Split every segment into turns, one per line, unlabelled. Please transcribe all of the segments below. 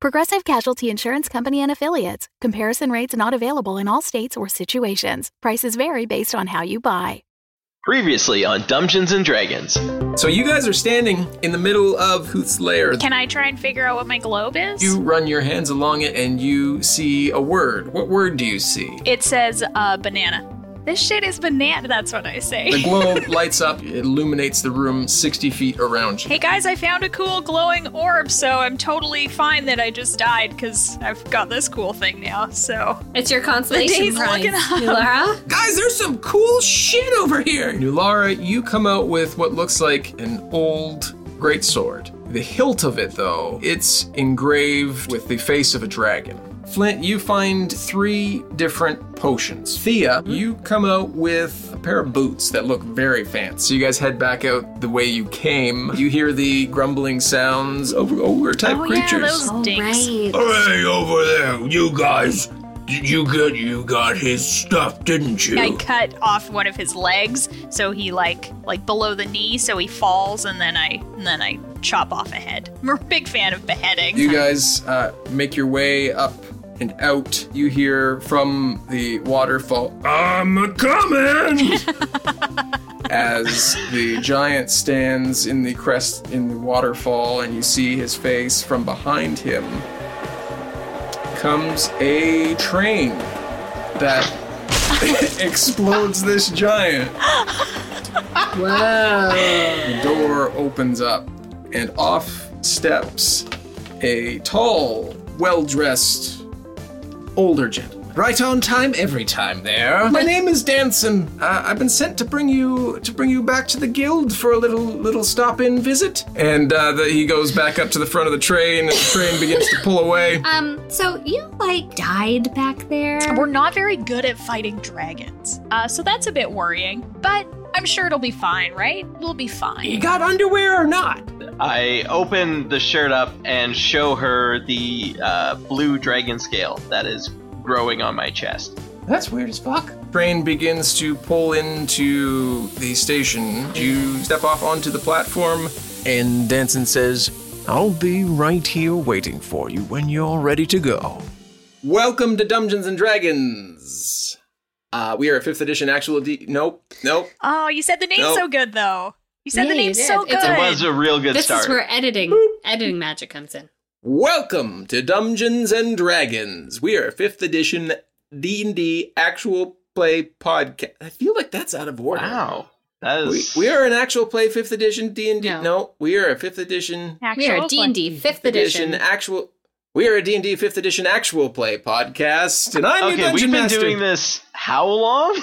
Progressive Casualty Insurance Company and Affiliates. Comparison rates not available in all states or situations. Prices vary based on how you buy.
Previously on Dungeons and Dragons.
So you guys are standing in the middle of Hooth's lair.
Can I try and figure out what my globe is?
You run your hands along it and you see a word. What word do you see?
It says uh, banana. This shit is banana. That's what I
The
say.
globe lights up, it illuminates the room 60 feet around you.
hey guys, I found a cool glowing orb, so I'm totally fine that I just died because I've got this cool thing now. So
It's your consolation
day's
prize,
looking up.
Nulara.
Guys, there's some cool shit over here! Nulara, you come out with what looks like an old greatsword. The hilt of it, though, it's engraved with the face of a dragon. Flint, you find three different potions. Thea, you come out with a pair of boots that look very fancy. So you guys head back out the way you came. You hear the grumbling sounds over ogre type
Oh, yeah,
creatures.
those- Dinks.
Hey, over there, you guys. Did you get you got his stuff, didn't you?
I cut off one of his legs, so he like like below the knee, so he falls, and then I and then I chop off a head. I'm a big fan of beheading.
You guys uh, make your way up and out. You hear from the waterfall
I'm a coming.
as the giant stands in the crest in the waterfall, and you see his face from behind him. Comes a train that explodes this giant.
Whoa.
The door opens up, and off steps a tall, well dressed older gentleman. Right on time every time there. My name is Danson. Uh, I've been sent to bring you to bring you back to the guild for a little little stop in visit. And uh, the, he goes back up to the front of the train, and the train begins to pull away.
Um, so you like died back there?
We're not very good at fighting dragons, uh, so that's a bit worrying. But I'm sure it'll be fine, right? We'll be fine.
got underwear or not?
I open the shirt up and show her the uh, blue dragon scale that is growing on my chest.
That's weird as fuck. Train begins to pull into the station. You step off onto the platform.
And Danson says, I'll be right here waiting for you when you're ready to go.
Welcome to Dungeons and Dragons. Uh, we are a fifth edition actual D. Nope, nope.
Oh, you said the name
Nope.
so good though. You said
Yeah,
the
you
name
did.
so good.
It's a-
It was a real good
this
start.
is where editing editing magic comes in.
Welcome to Dungeons and Dragons. We are a fifth edition D and D actual play podcast. I feel like that's out of order.
wow. That
We,
is.
we are an actual play fifth edition D and D.
No.
No, we are a fifth edition
We are
Actual
D and D fifth
edition
edition.
actual. We are a D and D fifth edition actual play podcast, and I'm your
okay,
dungeon
we've been
master.
doing this how long?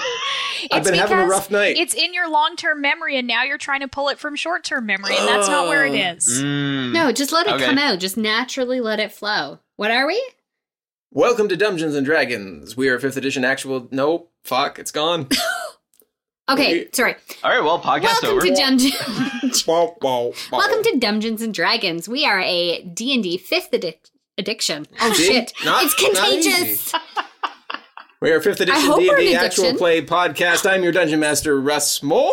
It's
I've been having a
because
rough night.
It's in your long term memory, and now you're trying to pull it from short term memory, and that's not where it
Oh.
is.
Mm.
No, just let it
Okay.
come out. Just naturally let it flow. What are we?
Welcome to Dungeons and Dragons. We are a fifth edition actual. Nope, fuck, it's gone.
Okay, sorry.
All right, well, podcast
Welcome
over.
to Dungeons. Welcome to Dungeons and Dragons. We are a D and D fifth edic- addiction. Oh
See?
shit!
Not-
it's
not easy.
contagious.
we are a fifth
I
edition
hope
D
we're
and D
an
actual
addiction.
play podcast. I'm your dungeon master, Russ Moore,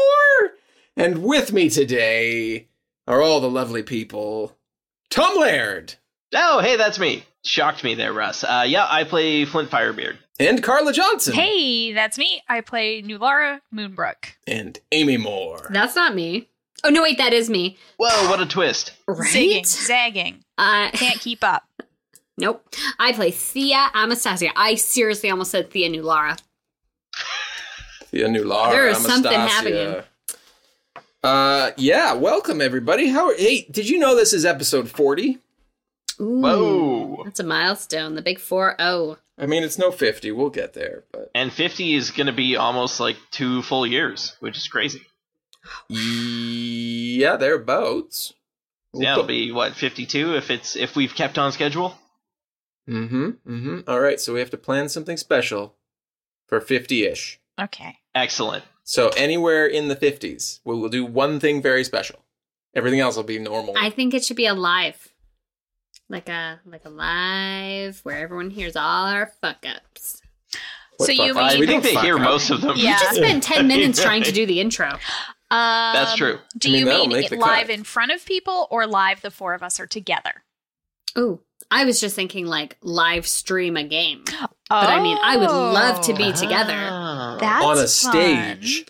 and with me today are all the lovely people. Tom Laird
Oh, hey, that's me. Shocked me there, Russ. Uh, yeah, I play Flint Firebeard.
and Carla Johnson
Hey, that's me. I play Nulara Moonbrook.
and Amy Moore.
That's not me. Oh no, wait, that is me.
Whoa, what a twist.
Zigging,
Right?
zagging.
Uh,
Can't keep up.
Nope. I play Thea Anastasia. I seriously almost said Thea Nulara.
The new Lara.
There is something
Anastasia. Uh, yeah. Welcome everybody. How? Are, hey, did you know this is episode forty?
Ooh.
Whoa.
That's a milestone. The big oh. 4 0.
I mean, it's no fifty. We'll get there, but.
And 50 is going to be almost like two full years, which is crazy.
Yeah, thereabouts.
Yeah, it'll be what 52 if it's if we've kept on schedule.
Mm-hmm. Mm-hmm. All right, so we have to plan something special for 50 ish.
Okay.
Excellent.
So anywhere in the 50s, we will do one thing very special. Everything else will be normal.
I think it should be a live, like a like a live where everyone hears all our fuck ups.
What
so you
fuck up?
mean-
I think
don't
they
fuck
hear
up.
most of them.
You just
I spent ten minutes trying to do the intro.
Um,
That's true.
Do
I mean,
you
that'll
mean
make
it
the
live
cut.
in front of people or live the four of us are together?
Ooh, I was just thinking like live stream a game, but I mean, I would love to be together.
That's
on a
fun.
stage.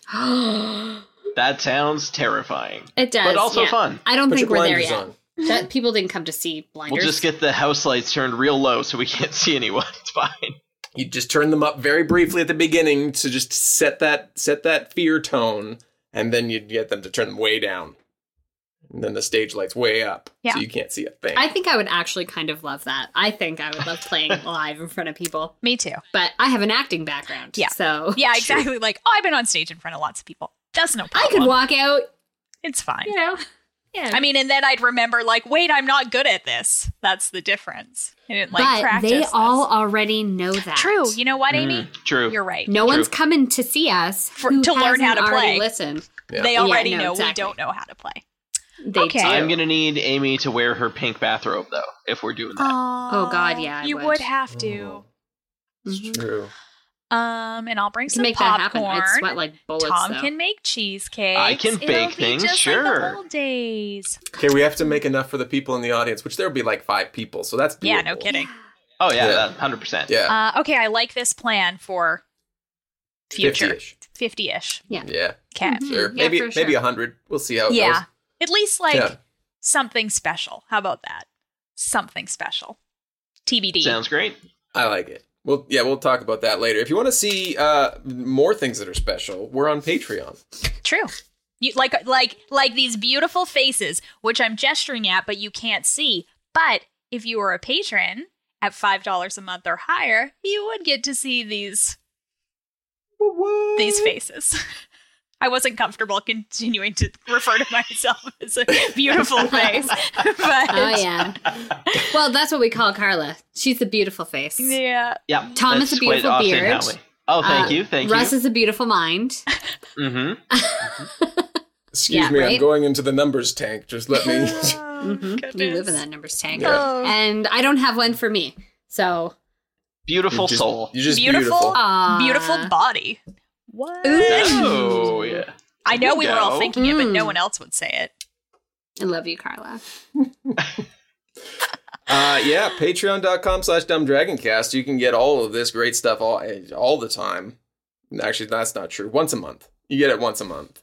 That sounds terrifying.
it does,
But also
yeah.
fun.
I don't
Put your
think we're there
blinders on.
yet. That people didn't come to see blinders.
We'll just get the house lights turned real low so we can't see anyone. It's fine.
You just turn them up very briefly at the beginning to just set that set that fear tone, and then you get them to turn them way down. And then the stage lights way up,
Yeah.
so you can't see a thing.
I think I would actually kind of love that. I think I would love playing live in front of people.
Me too.
But I have an acting background,
Yeah.
so
Yeah, exactly. Like, oh, I've been on stage in front of lots of people. That's no
I
problem.
could walk out.
It's fine.
You know, yeah.
I mean, and then I'd remember, like, wait, I'm not good at this. That's the difference. I didn't like
but
practice.
they
this.
all already know that.
true. You know what, Amy?
Mm, true.
You're right.
No one's coming to see us
For-
who
to learn how
hasn't
to
already
play.
Listened.
Yeah.
They
Yeah,
already
no,
know
exactly.
we don't know how to play.
They
Okay.
do.
I'm gonna need Amy to wear her pink bathrobe though, if we're doing that.
Oh
God, yeah, I
you
would.
would. have to.
It's
Mm-hmm.
Mhm.
true.
Um, and I'll bring
You can
some
make that happen.
popcorn.
I sweat like bullets.
Tom
though.
can make cheesecake.
I can bake things,
just Like
sure.
the old days.
Okay, we have to make enough for the people in the audience, which there'll be like five people, so that's
Yeah, no
doable.
kidding.
Oh yeah,
Yeah.
that- 100%.
Yeah,
Uh, okay, I like this plan for future Mm-hmm.
50-ish.
50 ish.
Yeah,
Okay.
Mhm.
sure.
Yeah,
maybe
for
maybe
sure.
a hundred. We'll see how it
Yeah. At least like
Yeah.
something special. How about that? Something special. TBD.
Sounds great.
goes. I like it. Well, yeah, we'll talk about that later. If you want to see uh, more things that are special, we're on Patreon.
True. You like like like these beautiful faces, which I'm gesturing at, but you can't see. But if you were a patron at five dollars a month or higher, you would get to see these these faces. I wasn't comfortable continuing to refer to myself as a beautiful face, but
Oh yeah. well, that's what we call Carla. She's the beautiful face.
yeah,
Yeah.
Tom has
that's
a beautiful
Austin
beard.
Howley. Oh, thank
Uh,
you, thank
Russ
you.
is a beautiful mind.
hmm
Excuse
Yeah,
me, I'm
right?
going into the numbers tank. Just let me.
Oh,
hmm You live in that numbers tank.
Yeah.
And I don't have one for me. So
Beautiful
You're just-
soul.
You're just
Beautiful.
beautiful.
Aw.
beautiful body. What?
Oh yeah.
I know we were all
No.
thinking it, but no
Mm.
one else would say it.
I love you, Carla.
uh, yeah, patreon.com slash dumbdragoncast. You can get all of this great stuff all, all the time. Actually, that's not true. Once a month. You get it once a month.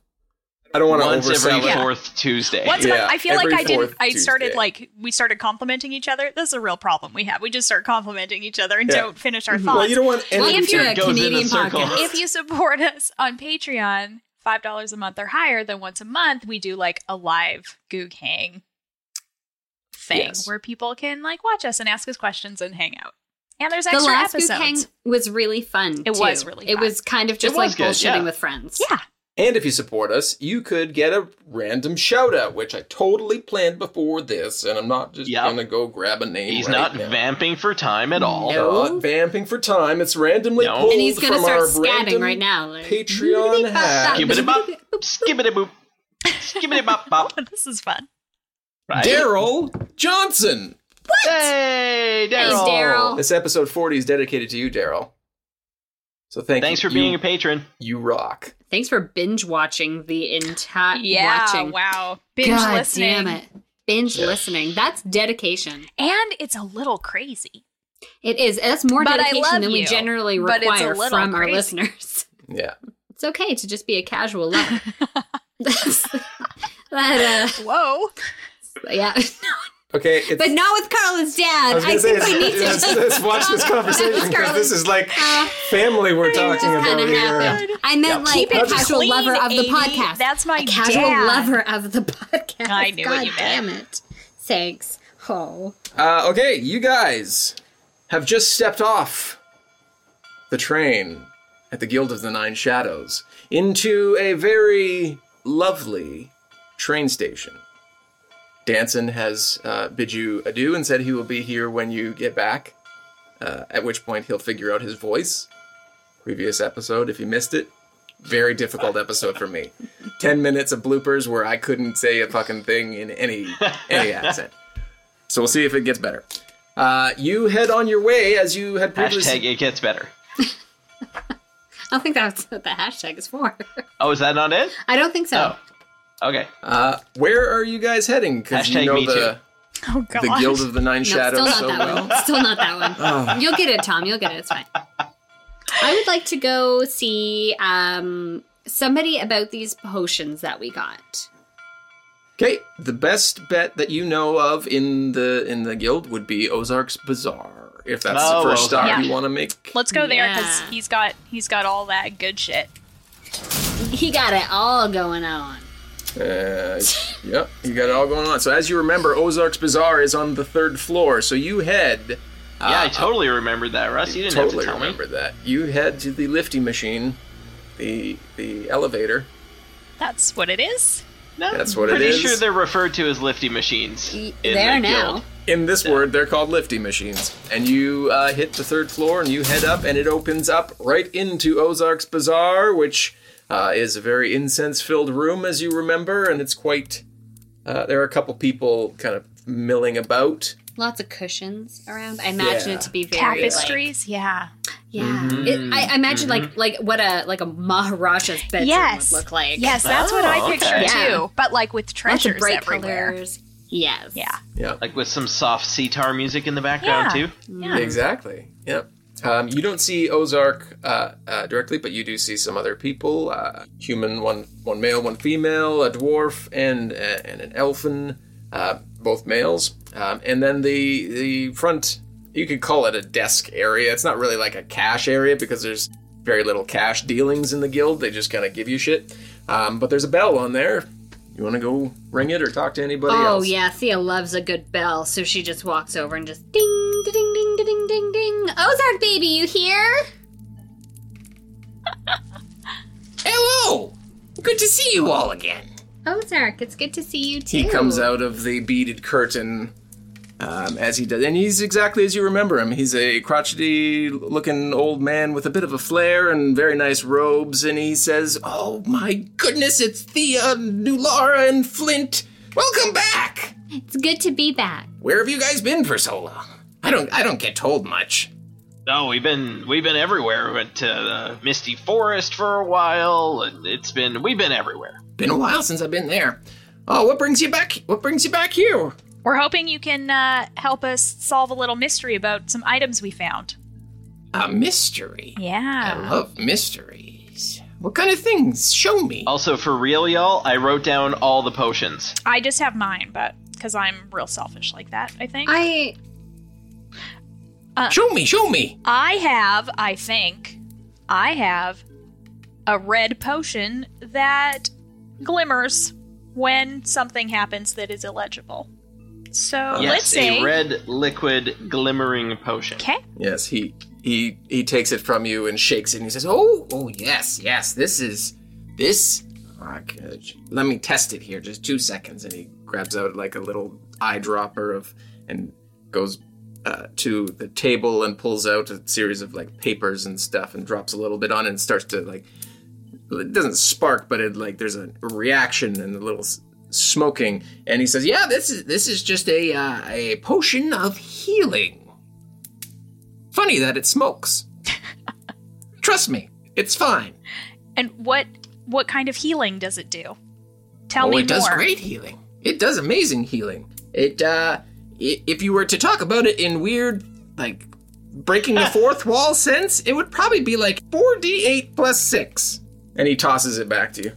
I don't want to
Once
oversell
every
it.
fourth Tuesday.
Once a
Yeah,
month, I feel like
every
I didn't.
fourth
I started
Tuesday.
like we started complimenting each other. This is a real problem we have. We just start complimenting each other and
Yeah.
don't finish
Mm-hmm.
our
Well,
thoughts.
you don't want any
Welcome
if you're-
to a
Goes in a
Canadian
circle.
podcast.
if you support us on Patreon, five dollars a month or higher, then once a month we do like a live Goog Hang thing
Yes.
where people can like watch us and ask us questions and hang out. And there's
the
extra
last boot
episodes.
hang was really fun.
It
too.
was really
It
fun.
was kind of just
was
like
good,
bullshitting
yeah.
with friends.
yeah,
And if you support us, you could get a random shout out, which I totally planned before this, and I'm not just
Yep.
gonna go grab a name.
He's
right
not
now.
vamping for time at all.
No.
Not vamping for time. It's randomly
No.
pulled
And he's gonna
from
start
our
scatting
random
right now. Like,
Patreon hack.
Skibbity bop, skibbity boop, skibbity bop bop.
this is fun.
Right?
Daryl Johnson.
Hey,
Hey,
Daryl.
Daryl.
This episode 40 is dedicated to you, Daryl. So thank
Thanks
you.
for being
You-
a patron.
You rock.
Thanks for binge watching the entire
Yeah,
Uh, watching.
wow, binge
God
listening,
damn it. Binge listening. That's dedication.
and it's a little crazy.
It is. That's more
But I
dedication
love
than we
you,
generally
but it's a
require
little
from our
crazy.
listeners.
Yeah.
It's okay to just be a casual lover. That's that
Whoa.
uh yeah.
Okay. It's,
But not with Carla's
I
dad. I,
was gonna say,
think we need to
let's,
just
let's watch this conversation because this is like
uh,
family we're talking
kind
about
of
here.
happen. I meant like a casual
clean,
lover of the
Amy.
podcast.
That's my
a casual
dad.
lover of the podcast.
I knew
God
what you
damn it. Thanks. Oh.
Uh, okay, you guys have just stepped off the train at the Guild of the Nine Shadows into a very lovely train station. Danson has uh, bid you adieu and said he will be here when you get back, uh, at which point he'll figure out his voice. previous episode. If you missed it, very difficult episode for me. Ten minutes of bloopers where I couldn't say a fucking thing in any any accent. So we'll see if it gets better. Uh, you head on your way as you had previously.
Hashtag it gets better.
I don't think that's what the hashtag is for.
Oh, is that not it?
I don't think so.
Oh,
Okay.
Uh, where are you guys heading? Because you
Hashtag
know
me
the,
Oh god.
the Guild of the Nine
No,
Shadows so
still not that
well. Oh.
one. Still not that one. You'll get it, Tom. You'll get it. It's fine. I would like to go see um, somebody about these potions that we got.
Okay, the best bet that you know of in the in the guild would be Ozark's Bazaar. If that's
Oh,
the first
Ozark.
stop you
Yeah.
want to make,
Let's go there because
Yeah.
he's got he's got all that good shit.
He got it all going on.
uh, yep, you got it all going on. So as you remember, Ozark's Bazaar is on the third floor. So you head.
Yeah, I totally remembered that, Russ. You didn't
totally
have to tell
remember
me.
that. You head to the lifty machine, the the elevator.
That's what it is.
No,
That's what it
pretty
is.
sure they're referred to as lifty machines.
Y-
In
they are
the
now.
Guild.
In this word, they're called lifty machines. And you uh, hit the third floor and you head up, and it opens up right into Ozark's Bazaar, which uh, is a very incense filled room, as you remember. And it's quite. Uh, there are a couple people kind of milling about.
Lots of cushions around. I imagine
Yeah.
it to be very like-
Tapestries, yeah.
yeah, It- I I imagine like like what a like a Maharaja's bedroom would look like.
Yes, that's what
Oh,
I picture
okay.
Yeah.
too. But like with
lots
treasures
of bright
everywhere.
colors. Yes.
Yeah.
Yeah.
Like with some soft sitar music in the background
Yeah.
too.
Exactly. Yep. Um, you don't see Ozark uh, uh, directly, but you do see some other people: uh, human, one one male, one female, a dwarf, and uh, and an elfin, uh, both males. Um, and then the the front, you could call it a desk area. It's not really like a cash area because there's very little cash dealings in the guild. They just kind of give you shit. Um, but there's a bell on there. You want to go ring it or talk to anybody
Oh
else?
yeah, Thea loves a good bell, so she just walks over and just ding, ding, ding, ding, ding, ding, ding. Ozark baby, you here?
Hello. Good to see you all again.
Ozark, it's good to see you too.
He comes out of the beaded curtain um, as he does. And he's exactly as you remember him. He's a crotchety looking old man with a bit of a flair and very nice robes. And he says, Oh my goodness, it's Thea, Nulara, and Flint. Welcome back.
It's good to be back.
Where have you guys been for so long? I don't, I don't get told much.
Oh, we've been we've been everywhere. We went to the Misty Forest for a while, and it's been we've been everywhere.
Been a while since I've been there. Oh, what brings you back? What brings you back here?
We're hoping you can uh, help us solve a little mystery about some items we found.
A mystery. I
Yeah.
love mysteries. What kind of things? Show me.
Also, for real, y'all, I wrote down all the potions.
I just have mine, but because I'm real selfish like that, I think. I,
I
Show me, show me.
have, I think, I have a red potion that glimmers when something happens that is illegible. So
yes,
let's say.
a red liquid glimmering potion.
okay.
Yes, he he he takes it from you and shakes it and he says, "Oh, oh yes, yes. This is this. Ah, good. Let me test it here, just two seconds." And he grabs out like a little eyedropper of and goes uh, to the table and pulls out a series of like papers and stuff and drops a little bit on it and starts to like it doesn't spark, but it like there's a reaction and a little s- smoking. And he says, "Yeah, this is this is just a uh, a potion of healing. Funny that it smokes. Trust me, it's fine.
And what what kind of healing does it do? Tell
oh,
me
it
more.
does great healing. It does amazing healing. It uh, i- if you were to talk about it in weird like." Breaking the fourth wall sense, it would probably be like 4d8 plus 6. And he tosses it back to you.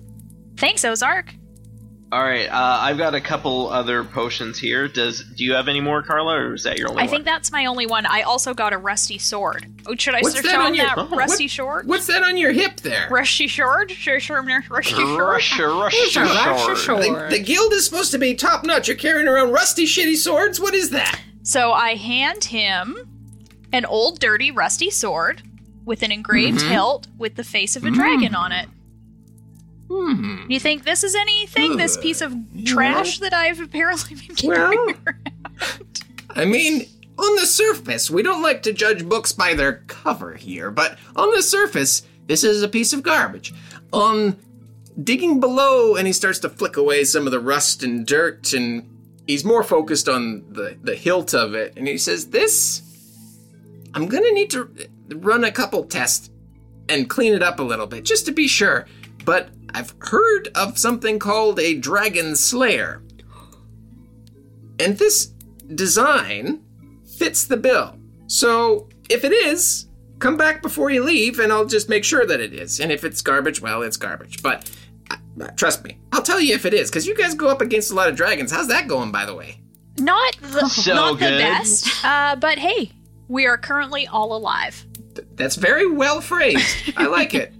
Thanks, Ozark.
All right, uh, I've got a couple other potions here. Does do you have any more, Carla, or is that your only
I
one?
think that's my only one. I also got a rusty sword. Oh, should I
What's
search
that
on,
on your-
that
oh,
rusty
what-
sword?
What's that on your hip there?
Rusty sword? Sure, sure, no, Rusty sword.
Rush, rush, rush, rush.
The, the guild is supposed to be top notch. You're carrying around rusty, shitty swords. What is that?
So I hand him an old, dirty, rusty sword with an engraved
Mm-hmm.
hilt with the face of a
Mm.
dragon on it.
Hmm.
You think this is anything? This piece of trash that I've apparently been carrying?
I mean, On the surface, we don't like to judge books by their cover here, but on the surface, this is a piece of garbage. On digging below, and he starts to flick away some of the rust and dirt, and he's more focused on the, the hilt of it, and he says, This, I'm gonna need to r- run a couple tests and clean it up a little bit, just to be sure. But I've heard of something called a dragon slayer. And this design fits the bill. So if it is, come back before you leave and I'll just make sure that it is. And if it's garbage, well, it's garbage. But uh, uh, trust me, I'll tell you if it is, because you guys go up against a lot of dragons. How's that going, by the way?
Not the,
So
not the
good.
best, uh, but hey, we are currently all alive.
That's very well phrased. I like it.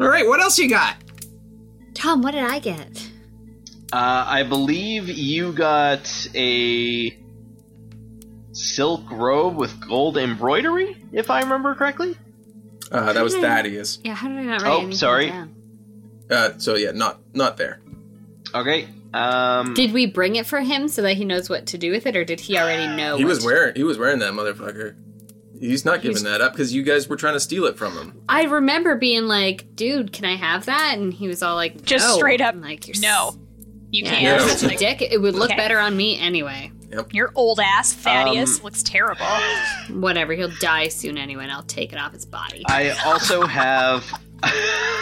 All right, what else you got?
Tom, what did I get?
Uh, I believe you got a silk robe with gold embroidery, if I remember correctly.
Uh, that was Thaddeus.
Yeah, how did I not write
Oh,
anything
sorry.
down?
Uh, so yeah, not not there.
Okay. Um,
Did we bring it for him so that he knows what to do with it, or did he already know?
He
Oh, what
was
to-
wearing he was wearing that motherfucker. He's not giving that up because you guys were trying to steal it from him.
I remember being like, "Dude, can I have that?" And he was all like,
Just
"No."
straight up,
I'm like, "You're
No, you
Yeah,
can't.
you're
It's
such a
like,
dick. It would look
Okay.
better on me anyway.
Your old ass Thaddeus
Um,
looks terrible.
Whatever. He'll die soon anyway, and I'll take it off his body.
I also have.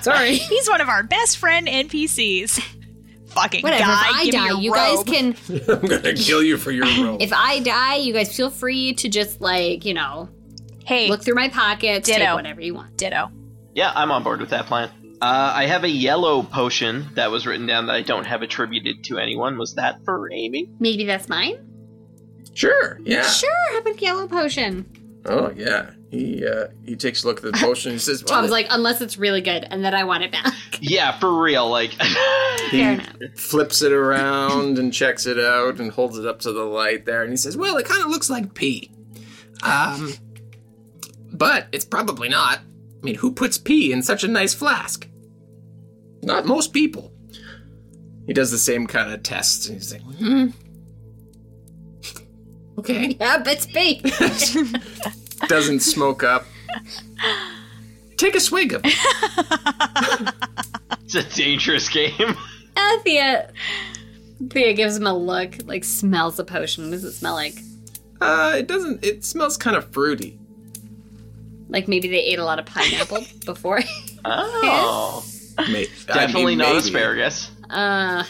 Sorry.
He's one of our best friend NPCs. Fucking
Whatever.
guy,
if I
give me
die,
a
you guys
robe.
can.
I'm gonna kill you for your robe.
If I die, you guys feel free to just like you know
Hey,
look through my pockets, take
Ditto.
whatever you want.
ditto.
yeah, I'm on board with that plan. Uh, I have a yellow potion that was written down that I don't have attributed to anyone. Was that for Amy?
Maybe that's mine.
sure, yeah.
Sure. How about yellow potion?
Oh yeah. He uh, he takes a look at the potion. and He says,
Tom's like, unless it's really good, and then I want it back.
Yeah, for real. Like,
Fair enough.
flips it around and checks it out and holds it up to the
Light there, and he says, Well, it kind of looks like pee. Um, but it's probably not. I mean, who puts pee in such a nice flask? Not most people. He does the same kind of test, and he's like, Hmm. Okay.
Yeah, but speak.
doesn't smoke up. Take a swig of it.
it's a dangerous game.
Uh, Thea. Thea gives him a look, like smells the potion. What does it smell like?
Uh, it doesn't. It smells kind of fruity.
Like maybe they ate a lot of pineapple before.
Oh,
May-
definitely not
maybe.
asparagus.
Uh,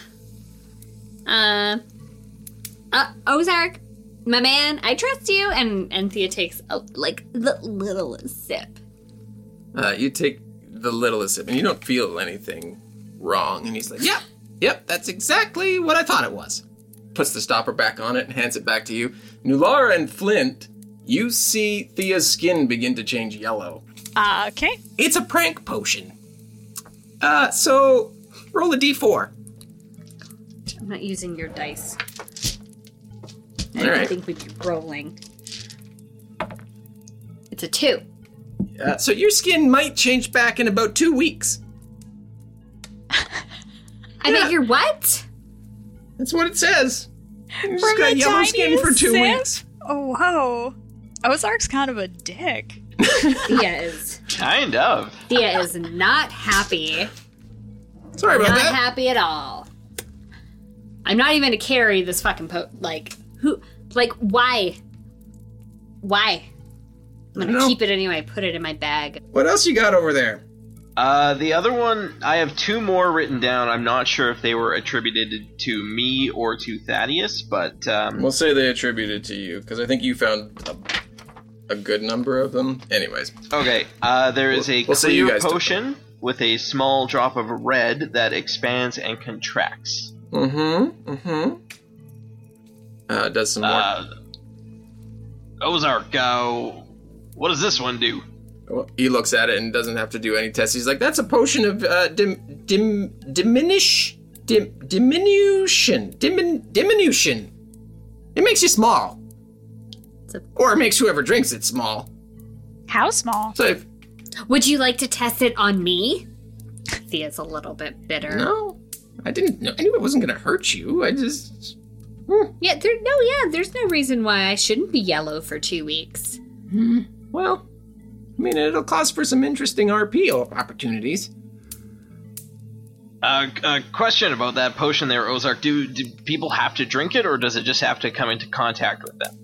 uh, uh, Ozark, my man, I trust you. And and Thea takes a, like the littlest sip.
Uh, you take the littlest sip, and you don't feel anything wrong. And he's like, "Yep, yep, that's exactly what I thought it was." Puts the stopper back on it and hands it back to you. Nulara and Flint, you see Thea's skin begin to change yellow.
Uh, okay.
It's a prank potion. Uh, so roll a d4.
I'm not using your dice. I
All
don't
right.
think we'd be rolling. It's a two.
Uh, so your skin might change back in about two weeks.
I bet you're what?
That's what it says. You just
From
got
the
yellow skin for
tiniest
two
sip?
weeks.
Oh, whoa. Ozark's kind of a dick.
Thea is
Kind of.
Thea is not happy.
Sorry about
not
that.
happy at all. I'm not even to carry this fucking po like who like why? Why? I'm gonna
I don't know.
keep it anyway, put it in my bag.
what else you got over there?
Uh, the other one, I have two more written down. I'm not sure if they were attributed to me or to Thaddeus, but um,
We'll say they attributed to you because I think you found a, a good number of them. Anyways,
okay. Uh, there is a
We'll see you
clear
guys different.
potion with a small drop of red that expands and contracts.
mm-hmm, mm-hmm. Uh, does some more.
Uh, Ozark, uh, what does this one do?
Well, Oh, he looks at it and doesn't have to do any tests. He's like,
That's a potion of uh, dim, dim, diminish, dim, diminution, dimin, diminution. It makes you small,
It's a-
or it makes whoever drinks it small.
How small?
So if
Would you like to test it on me? Thea's a little bit bitter.
no, I didn't know. I knew it wasn't gonna hurt you. I just
Yeah, there. No, yeah, there's no reason why I shouldn't be yellow for two weeks.
Well, I mean, it'll cause for some interesting RP opportunities.
Uh, a question about that potion there, Ozark. Do, do people have to drink it, or does it just have to come into contact with them?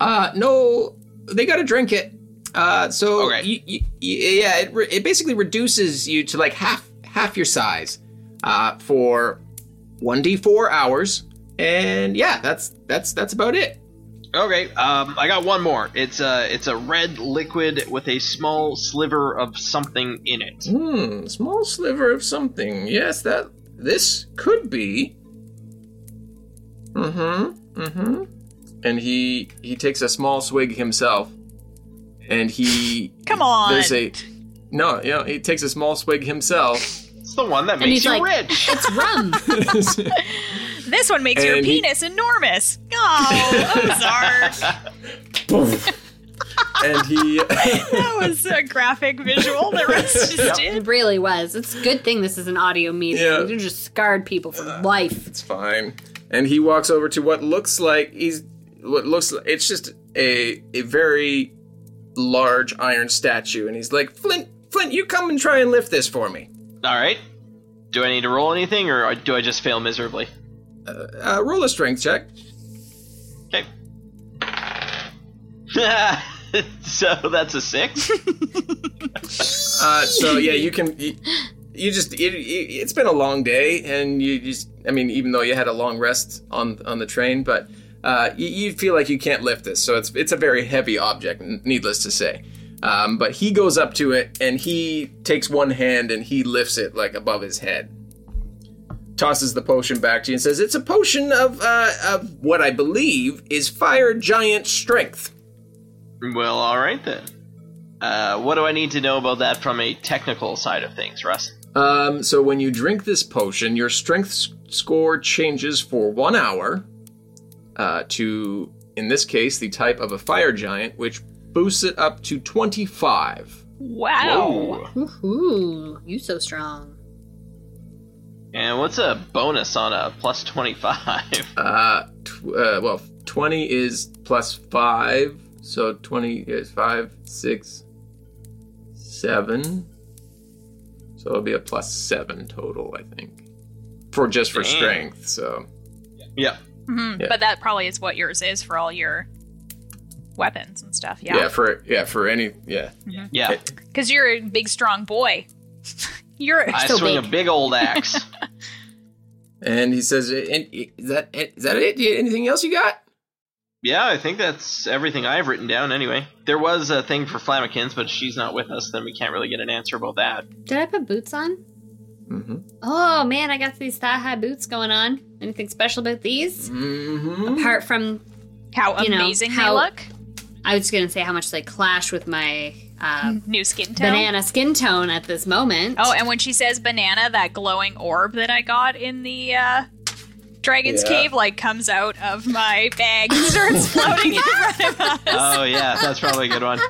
Uh, no, they gotta drink it. Uh, so
Okay.
you, you, you- yeah, it, re- it basically reduces you to like half half your size uh, for one d four hours, and yeah, that's that's that's about it.
Okay, um, I got one more. It's a it's a red liquid with a small sliver of something in it.
Hmm, small sliver of something. Yes, that this could be. Mm-hmm. Mm-hmm. And he he takes a small swig himself, and he
Come on.
there's a no, you know, he takes a small swig himself.
It's the one that makes
he's
you
like-
rich.
It's rum.
this one makes your
And he-
penis enormous. Oh, Ozark.
and he
that was a graphic visual that Russ just did.
it really was. It's a good thing this is an audio medium.
Yeah.
You just scarred people for life.
it's fine and he walks over to what looks like he's what looks like it's just a a very large iron statue and he's like flint flint you come and try and lift this for me
All right. Do I need to roll anything, or do I just fail miserably?
uh, roll a strength check
Okay. so that's a six.
uh, so yeah you can you, you just it, it, it's been a long day and you just i mean even though you had a long rest on on the train but uh, you, you feel like you can't lift this so it's it's a very heavy object n- needless to say um, but he goes up to it and he takes one hand and he lifts it like above his head tosses the potion back to you and says it's a potion of uh, of what i believe is fire giant strength
well, all right then. Uh, what do I need to know about that from a technical side of things, Russ?
Um, so when you drink this potion, your strength s- score changes for one hour uh, to, in this case, the type of a fire giant, which boosts it up to 25.
Wow.
Ooh, you so strong.
And what's a bonus on a plus twenty-five?
Uh, tw- uh, well, 20 is plus 5, so 20 is 5, 6, 7. So it'll be a plus 7 total, I think. For just for
Damn.
strength, so.
yeah.
Mhm,
Yeah.
But that probably is what yours is for all your weapons and stuff.
yeah,
Yeah.
for yeah, for any yeah.
Yeah.
Because you're a big, strong boy. you're.
I
So
swing
big.
a big old axe.
And he says, "And is that eh, is that it? Anything else you got?"
yeah, I think that's everything I've written down anyway. There was a thing for Flamikins, but if she's not with us, then we can't really get an answer about that.
Did I put boots on?
Mhm.
Oh man, I got these thigh high boots going on. Anything special about these?
Mm-hmm.
Apart from,
How
you know,
amazing
how-
they look.
I was gonna say how much they clash with my uh,
New skin Hmm. tone.
banana skin tone at this moment.
Oh, and when she says banana, that glowing orb that I got in the uh, Dragon's
Yeah.
Cave like comes out of my bag and starts floating in front of us.
Oh yeah, that's probably a good one.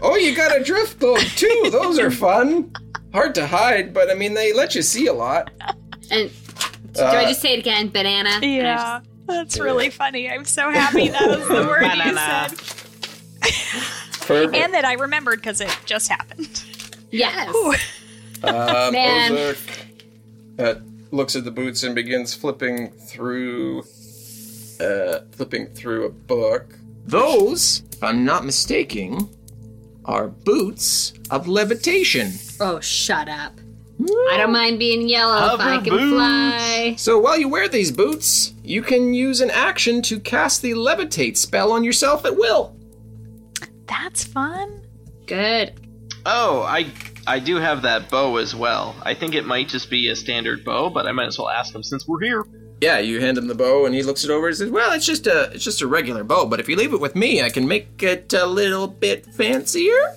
Oh, you got a drift boat too. Those are fun. Hard to hide, but I mean, they let you see a lot.
and do I
Uh,
just say it again? Banana. And I just-
Yeah, that's really funny. I'm so happy that was the word you said.
Perfect.
And that I remembered because it just happened.
yes.
Um,
Man.
Ozark uh, looks at the boots and begins flipping through, uh, flipping through a book. Those, if I'm not mistaken, are boots of levitation.
Oh, shut up. I don't mind being yellow if
Hover
I can
boots.
fly.
So while you wear these boots, you can use an action to cast the levitate spell on yourself at will.
That's fun.
Good.
Oh, I I do have that bow as well. I think it might just be a standard bow, but I might as well ask him since we're here.
Yeah, you hand him the bow, and he looks it over and says, "Well, it's just a it's just a regular bow, but if you leave it with me, I can make it a little bit fancier."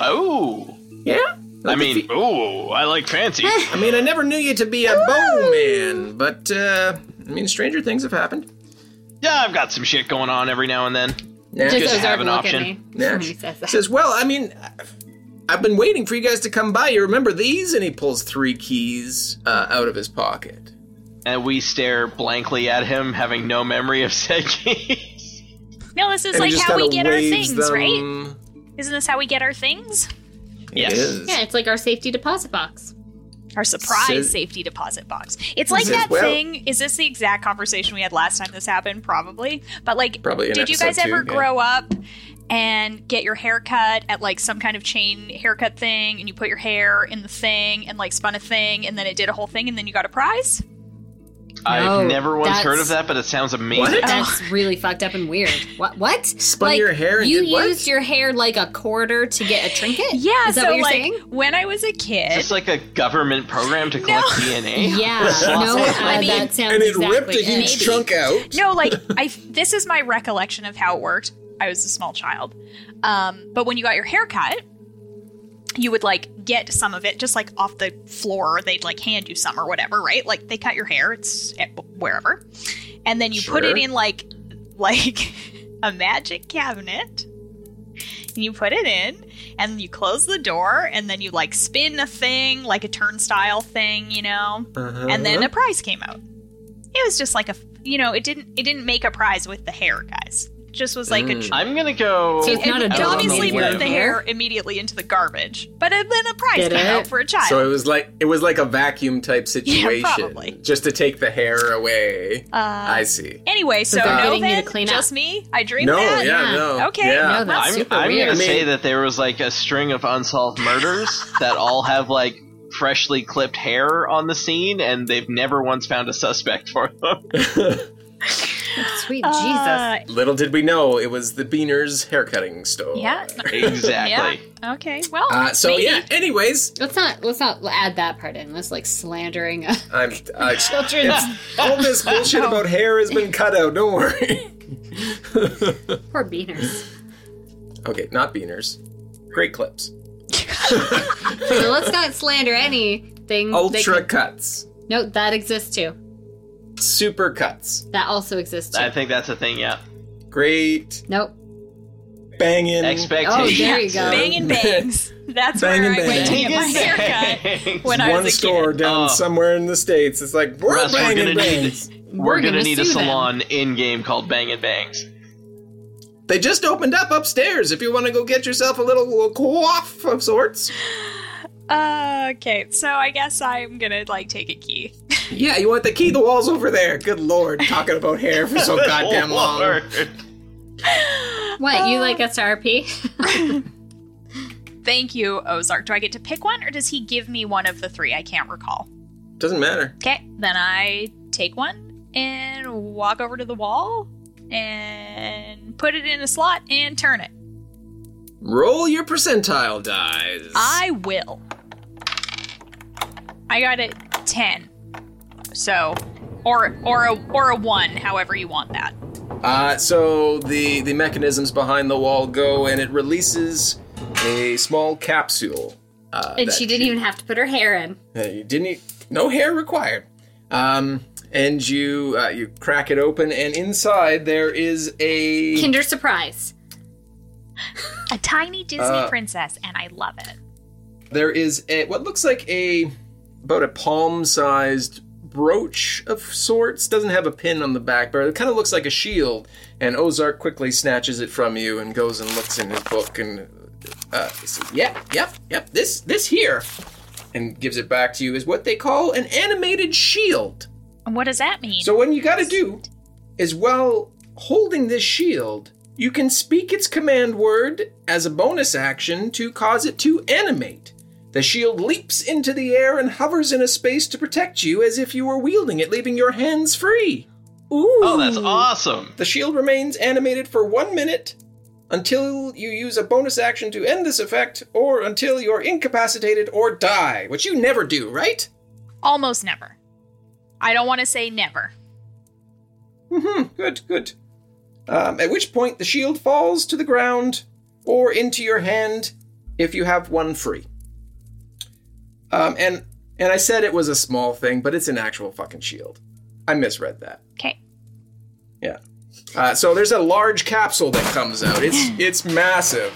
Oh,
Yeah,
I
Like if
mean,
you-
oh, I like fancy.
I mean, I never knew you to be a bow man, but uh, I mean, stranger things have happened.
yeah, I've got some shit going on every now and then.
Nah.
Just
Just
so
have
Zark
an
can look
option.
at me
Yeah.
when he says that.
says, "Well, I mean, I've been waiting for you guys to come by. You remember these?" And he pulls three keys uh, out of his pocket.
And we stare blankly at him, having no memory of said keys.
No, this is
And he
like
just
how we
kinda
get our
waves
things, right?
them.
Isn't this how we get our things?
yes.
It is.
Yeah, it's like our safety deposit box.
Our surprise
Says-
safety deposit box. It's like
Says
that
well.
thing. Is this the exact conversation we had last time this happened? Probably. But like,
Probably in
did you guys
episode two,
ever
yeah.
grow up and get your hair cut at like some kind of chain haircut thing and you put your hair in the thing and like spun a thing and then it did a whole thing and then you got a prize?
I've
No,
never once heard
that's-
of that, but it sounds amazing.
That's really fucked up and weird. What? What?
Spun
like,
your hair and
you
did what?
used your hair like a quarter to get a trinket.
Yeah,
is that
so
what you're
like
saying?
when I was a kid,
It's like a government program to collect DNA.
Yeah, no, uh,
I mean-
that sounds
And it
exactly
ripped a huge
Maybe.
chunk out.
No, like I this is my recollection of how it worked. I was a small child. Um, but when you got your hair cut, you would like get some of it just like off the floor or they'd like hand you some or whatever, right? Like they cut your hair, it's at wherever. And then you put
Sure.
it in like like a magic cabinet. And you put it in and you close the door and then you like spin a thing, like a turnstile thing, you know?
Uh-huh.
And then a prize came out it was just like a you know it didn't it didn't make a prize with the hair guys It just was like
Mm.
a
I'm gonna go.
So it's not a
it
dog
obviously
anymore.
put the hair immediately into the garbage but it- then a prize
Did
came
it?
out for a child
So it was like it was like a vacuum type situation,
probably. Uh,
just to take the hair away. I see.
anyway so,
they're
no
getting you to
then
clean up.
just me i dreamed
No, yeah,
that
yeah.
no,
Okay.
yeah.
No, that's
I'm,
super
I'm
weird.
gonna
I mean-
say that there was like a string of unsolved murders that all have like freshly clipped hair on the scene, and they've never once found a suspect for them.
Sweet
Uh,
Little did we know it was the Beaner's haircutting store.
yeah yeah
exactly.
okay well
Uh, so
maybe.
yeah. Anyways,
Jesus. Let's not let's not add that part in. That's like slandering a
I'm I,
children.
it's- all this bullshit about hair has been cut out. Don't worry.
Poor beaners.
okay, not Beaner's. Great clips.
So let's not slander anything. they
Ultra
could-
cuts.
no, that exists too.
Super cuts.
That also exists too.
I think that's a Oh, thing. Yeah.
Great
nope.
banging.
Oh, there
Expectations.
you go.
bang and bangs that's
uh, Bang
where
and
i went to
bang.
get my haircut when i
one
was a
store
kid
down
Oh.
somewhere in the states. It's like we're
Russ, we're
banging
gonna need
bangs.
we're,
We're
gonna,
gonna
need a
sue them.
salon in game called Bang and Bangs.
They just opened up upstairs. If you want to go get yourself a little quaff of sorts.
uh, okay so i guess i'm gonna like take a key
Yeah, you want the key? The wall's over there. Good lord, talking about hair for
Oh,
so goddamn long.
What you
Uh,
like us to RP?
Thank you, Ozark. Do I get to pick one or does he give me one of the three? I can't recall.
Doesn't matter.
Okay, then I take one and walk over to the wall and put it in a slot and turn it.
Roll your percentile dies.
I will. I got a 10. So, or or a or a 1, however you want that.
Uh, so the the mechanisms behind the wall go, and it releases a small capsule. Uh,
and
that
she didn't even have to put her hair in.
Uh, you didn't. e- No hair required. Um, and you uh, you crack it open, and inside there is a
Kinder surprise.
A tiny Disney princess and I love it.
there is a what looks like a about a palm sized brooch of sorts. Doesn't have a pin on the back, but it kind of looks like a shield. And Ozark quickly snatches it from you and goes and looks in his book and uh, says, "Yep, yep, yep. This this here." And gives it back to you is what they call an animated shield.
And what does that mean?
So what you gotta do is while holding this shield, you can speak its command word as a bonus action to cause it to animate. The shield leaps into the air and hovers in a space to protect you as if you were wielding it, leaving your hands free.
Ooh.
Oh, that's awesome.
The shield remains animated for one minute until you use a bonus action to end this effect or until you're incapacitated or die, which you never do, right?
Almost never. I don't want to say never.
Hmm, good, good. Um, at which point the shield falls to the ground or into your hand if you have one free. Um, and and I said it was a small thing, but it's an actual fucking shield. I misread that.
Okay.
Yeah. Uh, so there's a large capsule that comes out. It's it's massive,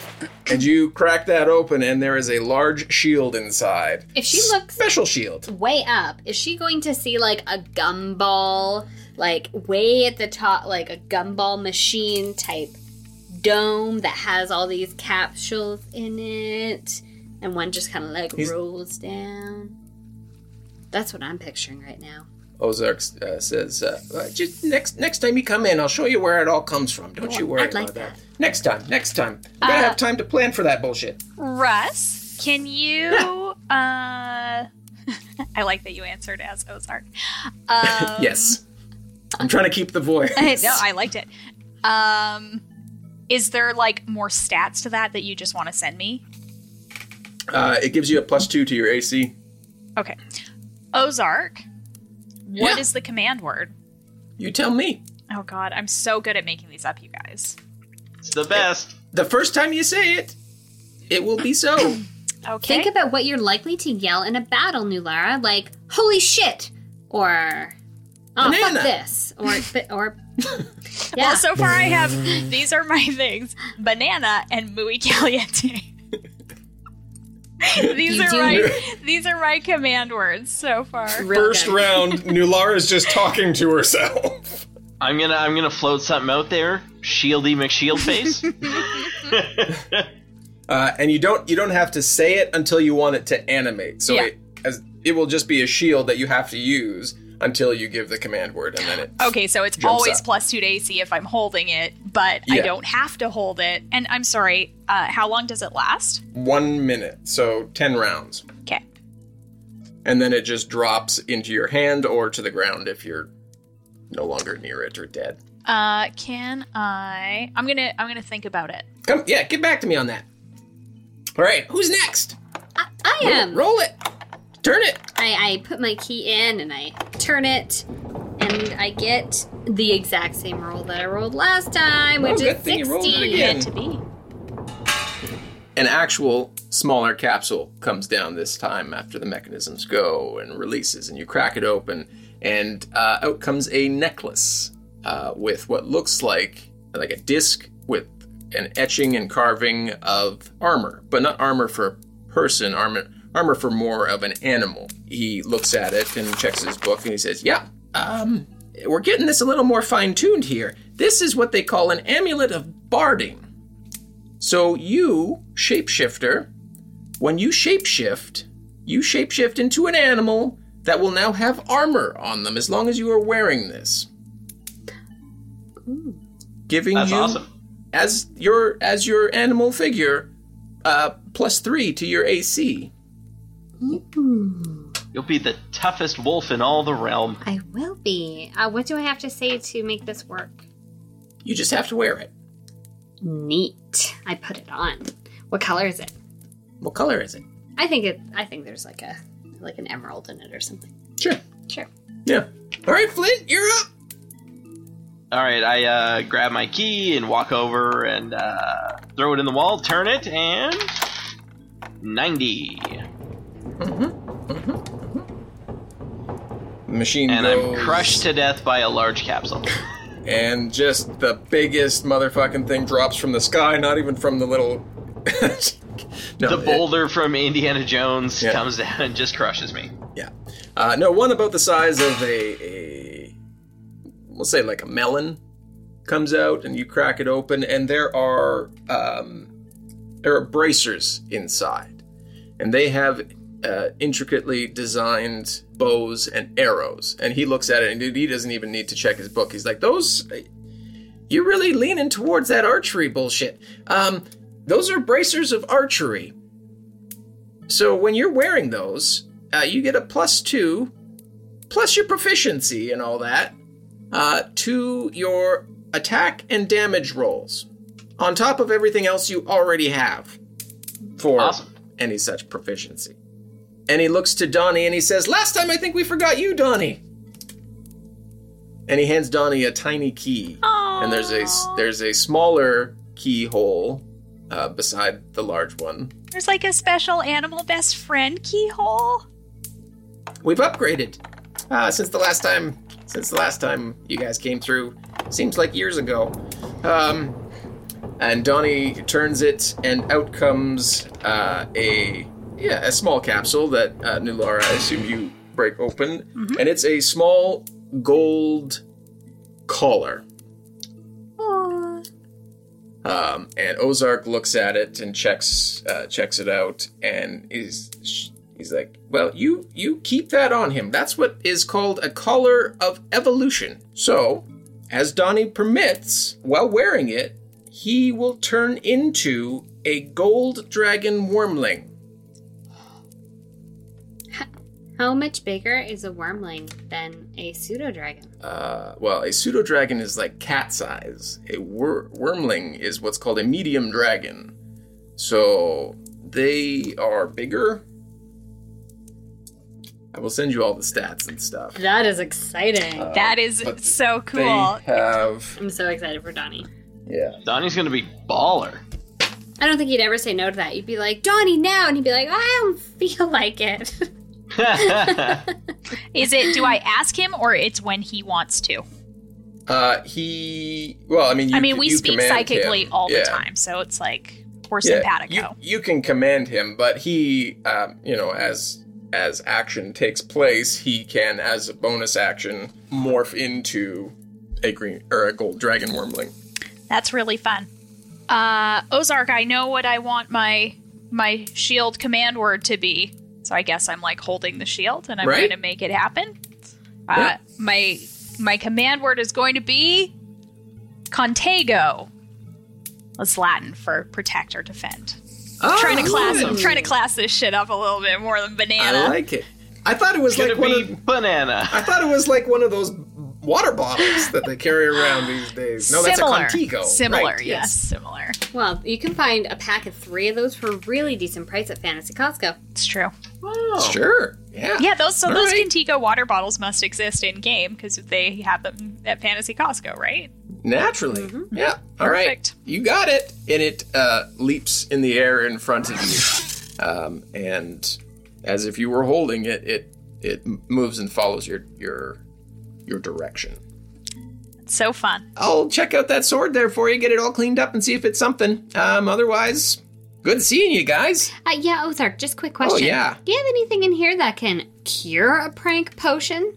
and you crack that open, and there is a large shield inside.
If she looks
Special shield.
way up, is she going to see like a gumball, like way at the top, like a gumball machine type dome that has all these capsules in it, and one just kind of like rolls down? That's what I'm picturing right now.
Ozark uh, says, uh, uh, "Just next next time you come in, I'll show you where it all comes from. Don't
Oh,
you worry
I'd like
about that. Next time, next time. We're gonna
Uh,
have time to plan for that bullshit."
Russ, can you? Uh, I like that you answered as Ozark.
yes, I'm trying to keep the voice.
um, no, I liked it. Um, is there like more stats to that that you just want to send me?
Uh, it gives you a plus two to your AC.
Okay, Ozark. What is the command word?
You tell me.
Oh God, I'm so good at making these up, you guys.
It's the best.
The first time you say it, it will be so.
Okay.
Think about what you're likely to yell in a battle, Nulara, like "Holy shit!" or "Oh
Banana.
fuck this!" or or yeah.
Well, so far I have these are my things: banana and muy caliente. these
You
are
do-
my these are my command words so far.
Real
First
good.
round, Nulara's just talking to herself.
I'm gonna I'm gonna float something out there. Shieldy McShieldface.
Uh, and you don't you don't have to say it until you want it to animate. So
Yeah.
it as it will just be a shield that you have to use until you give the command word, and then it.
Okay, so it's
Jumps
always
up.
plus two to AC if I'm holding it, but I
Yeah.
don't have to hold it. And I'm sorry, uh, how long does it last?
One minute, so ten rounds,
Okay.
and then it just drops into your hand or to the ground if you're no longer near it or dead.
Uh, can I? I'm gonna I'm gonna think about it.
Come, yeah, get back to me on that. All right, who's next?
I am.
Roll it, turn it.
I, I put my key in and I turn it, and I get the exact same roll that I rolled last time,
Oh,
which
good
is
thing you rolled it
sixteen.
again.
Meant to be.
An actual smaller capsule comes down this time after the mechanisms go and releases, and you crack it open, and uh, out comes a necklace uh, with what looks like like a disc with an etching and carving of armor, but not armor for person, armor armor for more of an animal. He looks at it and checks his book, and he says, "Yeah, um, we're getting this a little more fine tuned here. This is what they call an amulet of barding." So you, shapeshifter, when you shapeshift, you shapeshift into an animal that will now have armor on them as long as you are wearing this. Giving
That's
you
awesome.
as your as your animal figure, uh, plus three to your AC.
You'll be the toughest wolf in all the realm.
I will be. Uh, what do I have to say to make this work?
You just have to wear it.
Neat. I put it on. What color is it?
What color is it?
I think it. I think there's like a like an emerald in it or something.
Sure.
Sure.
Yeah. All right, Flint, you're up.
All right, I uh, grab my key and walk over and uh, throw it in the wall, turn it, and ninety.
Machine
And I'm
goes,
crushed to death by a large capsule.
and just the biggest motherfucking thing drops from the sky. Not even from the little. no,
The
it-
boulder from Indiana Jones
Yeah.
comes down and just crushes me.
yeah. Uh, no, one about the size of a, a, we'll say like a melon, comes out, and you crack it open, and there are um, there are bracers inside, and they have uh, intricately designed bows and arrows. And he looks at it, and dude, he doesn't even need to check his book. He's like, those. You're really leaning towards that archery bullshit. Um, those are bracers of archery. So when you're wearing those, uh, you get a plus two, plus your proficiency and all that, uh, to your attack and damage rolls, on top of everything else you already have for
Awesome.
any such proficiency. And he looks to Donnie and he says, "Last time I think we forgot you, Donnie." And he hands Donnie a tiny key, and there's a s- there's a smaller keyhole uh, beside the large one.
There's like a special animal best friend keyhole.
Oh, We've upgraded uh, since the last time. Since the last time you guys came through, Seems like years ago. Um, and Donnie turns it, and out comes uh, a yeah a small capsule that uh, Nulara, I assume you break open, and it's a small gold collar. Um, and Ozark looks at it and checks uh, checks it out, and is sh- he's like, "Well, you you keep that on him. That's what is called a collar of evolution. So, as Donnie permits, while wearing it, he will turn into a gold dragon wormling.
How much bigger is a wormling than a pseudo dragon?
Uh, well, a pseudo dragon is like cat size. A wor- wormling is what's called a medium dragon. So they are bigger. I will send you all the stats and stuff.
That is exciting.
Uh,
that is so
They
cool.
have
I'm so excited for Donnie.
yeah.
Donnie's gonna be baller.
I don't think he'd ever say no to that. You'd be like, Donnie, now! And he'd be like, I don't feel like it.
Is it do I ask him or it's when he wants to?
Uh, he. Well, I mean, you
I mean,
c-
we
you
speak
command
psychically
him.
all
Yeah.
the time, so it's like we're
Yeah,
simpatico.
You, you can command him, but he, um, you know, as as action takes place, he can, as a bonus action, morph into a green or a gold dragon wormling.
That's really fun. Uh, Ozark, I know what I want my my shield command word to be. So I guess I'm like holding the shield and I'm
Right.
going to make it happen. Uh,
Yeah.
My my command word is going to be contago. That's Latin for protect or defend.
Oh,
I'm trying to class. I'm trying to class this shit up a little bit more than banana.
I like it. I thought it was
Gonna
like one
be
of,
banana.
I thought it was like one of those water bottles that they carry around these days. No, that's
similar,
a Contigo.
similar,
Right,
yes, similar.
well, you can find a pack of three of those for a really decent price at Fantasy Costco.
It's true.
Sure. Yeah.
Yeah, those so
All
those
right.
Contigo water bottles must exist in game because they have them at Fantasy Costco, right?
Naturally. Yeah. All right.
Perfect.
You got it. And it uh, leaps in the air in front of you. Um, and as if you were holding it, it it m- moves and follows your your your direction.
It's so fun.
I'll check out that sword there for you, get it all cleaned up and see if it's something. Um, otherwise, good seeing you guys. Oh,
Uh, yeah, Ozark, just quick question.
yeah.
Do you have anything in here that can cure a prank potion?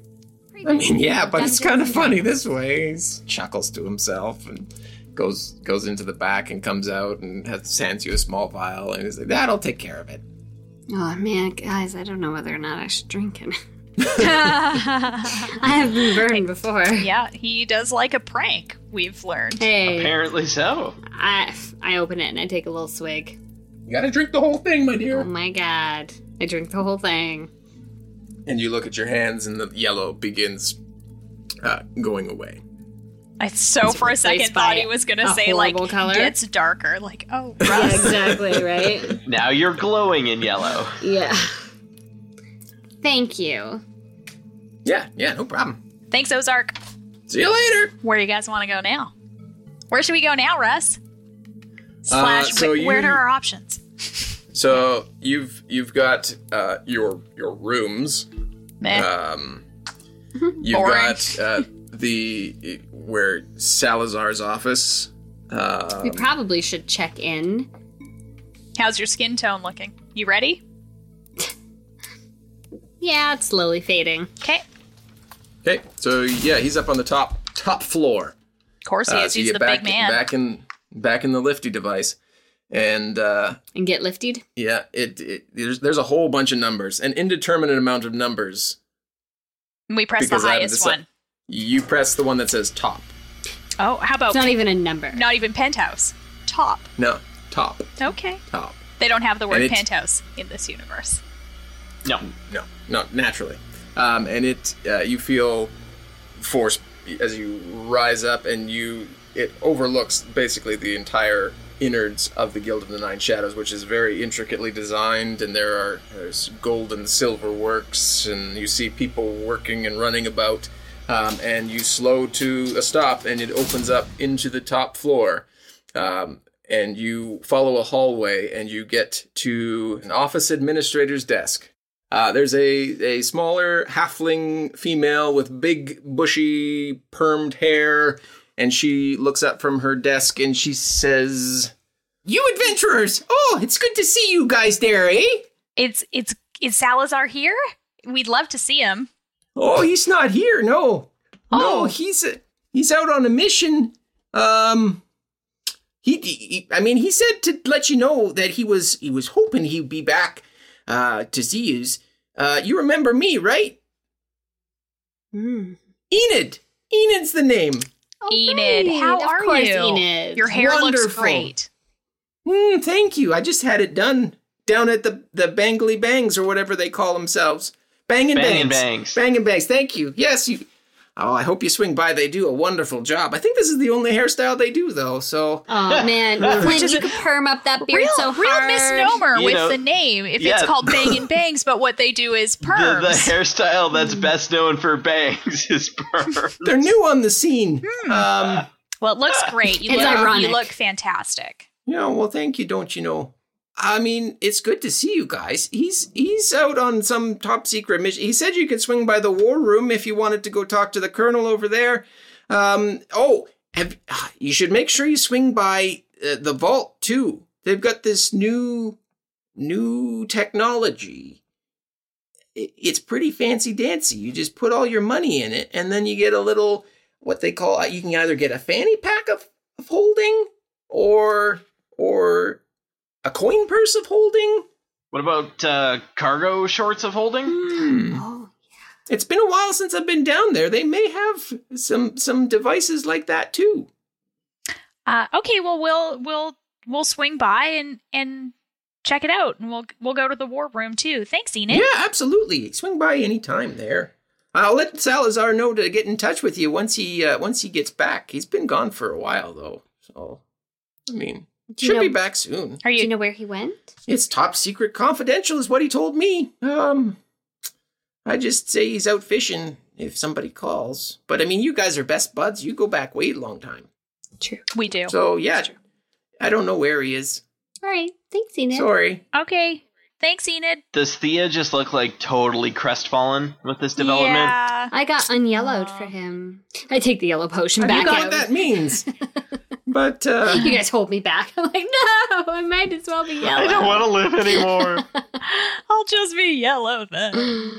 I mean, yeah, but it's kind of funny this way. He chuckles to himself and goes goes into the back and comes out and has, hands you a small vial and he's like, "That'll take care of it."
Oh, man, guys, I don't know whether or not I should drink it. I have been burned before.
Yeah, he does like a prank. We've learned.
Hey,
Apparently so.
I, I open it and I take a little swig.
You gotta drink the whole thing, my
Oh
Um,
dear.
my god. I drink the whole thing.
And you look at your hands, and the yellow begins uh, going away.
I so for a second
replaced by
thought he was gonna
a
say like
horrible color?
gets darker. Like oh,
Yeah,
Russ.
exactly, right?
Now you're glowing in yellow.
Yeah. Thank you.
Yeah, yeah, no problem.
thanks Ozark.
See you later.
Where you guys want to go now? Where should we go now, Russ? Slash,
Uh, so
wh- where
you-
are our options?
So you've you've got uh, your your rooms.
Meh.
Um, you've
Boring.
got uh, the where Salazar's office. Uh,
We probably should check in.
How's your skin tone looking? You ready?
Yeah, it's slowly fading.
Okay.
okay, so yeah, he's up on the top top floor.
Of course he
Uh,
is.
so you
He's
get
the
back,
big man.
Back in back in the lifty device, and uh,
And get lifted?
Yeah, it, it there's there's a whole bunch of numbers, an indeterminate amount of numbers.
we press the
because I haven't
highest
decided-
one.
You press the one that says top.
Oh, how about
It's not even a number.
not even penthouse? Top.
No, top,
Okay.
top.
They don't have the
And
word
it's-
penthouse in this universe.
No.
No, no, naturally. Um, and it uh, you feel force as you rise up, and you it overlooks basically the entire innards of the Guild of the Nine Shadows, which is very intricately designed, and there are there's gold and silver works, and you see people working and running about. Um, and you slow to a stop, and it opens up into the top floor um, and you follow a hallway and you get to an office administrator's desk. Uh, there's a, a smaller halfling female with big, bushy, permed hair And she looks up from her desk and she says, You adventurers! Oh, it's good to see you guys there, eh?
It's it's is Salazar here? We'd love to see him.
Oh, he's not here. No,
Oh.
no, he's he's out on a mission. Um, he, he, I mean, he said to let you know that he was he was hoping he'd be back uh, to see you. Uh, you remember me, right?
Hmm.
Enid. Enid's the name.
Oh, Enid, how
Of
are
course,
you?
Enid.
Your hair looks
Wonderful.
great.
Hmm, thank you. I just had it done down at the the Bangly Bangs or whatever they call themselves. Bang and
Bang and
bangs.
Bangs.
Bang and bangs. Thank you. Yes, you. Oh, I hope you swing by. They do a wonderful job. I think this is the only hairstyle they do, though. So
Oh man, Flint, you could perm up that beard
Real,
so
real
hard.
misnomer
You
with
know,
the name. If it's
yeah.
called Bang and Bangs, but what they do is
The,
perms.
the hairstyle that's
Mm.
best known for bangs is perms.
they're new on the scene.
Hmm.
Um,
well, it looks great. You
It's
look,
ironic.
you look fantastic.
yeah. Well, thank you. Don't you know? I mean, it's good to see you guys. He's he's out on some top secret mission. He said you could swing by the war room if you wanted to go talk to the colonel over there. Um, oh, have, ah, you should make sure you swing by uh, the vault too. They've got this new new technology. I- It's pretty fancy dancy. You just put all your money in it, and then you get a little what they call. uh, You can either get a fanny pack of, of holding, or or a coin purse of holding.
What about uh, cargo shorts of holding?
Oh,
It's been a while since I've been down there. They may have some some devices like that too.
Uh, okay, well we'll we'll we'll swing by and and check it out, and we'll we'll go to the war room too. Thanks, Enid.
Yeah, absolutely. Swing by any time there. I'll let Salazar know to get in touch with you once he uh, once he gets back. He's been gone for a while though, so I mean,
Do you
should be
know-
back soon.
Are
Do you
you?
know where he went?
It's top secret confidential, is what he told me. Um, I just say he's out fishing if somebody calls. But I mean, you guys are best buds. You go back way long time.
True.
We do.
So yeah, I don't know where he is.
All right. Thanks, Enid.
Sorry.
Okay. Thanks, Enid.
Does Thea just look like totally crestfallen with this development?
Yeah.
I got unyellowed for him. I take the yellow potion
I
back
don't know
out.
what that means. but uh,
You guys hold me back. I'm like, no, I might as well be yellow.
I don't want to live anymore.
I'll just be yellow then.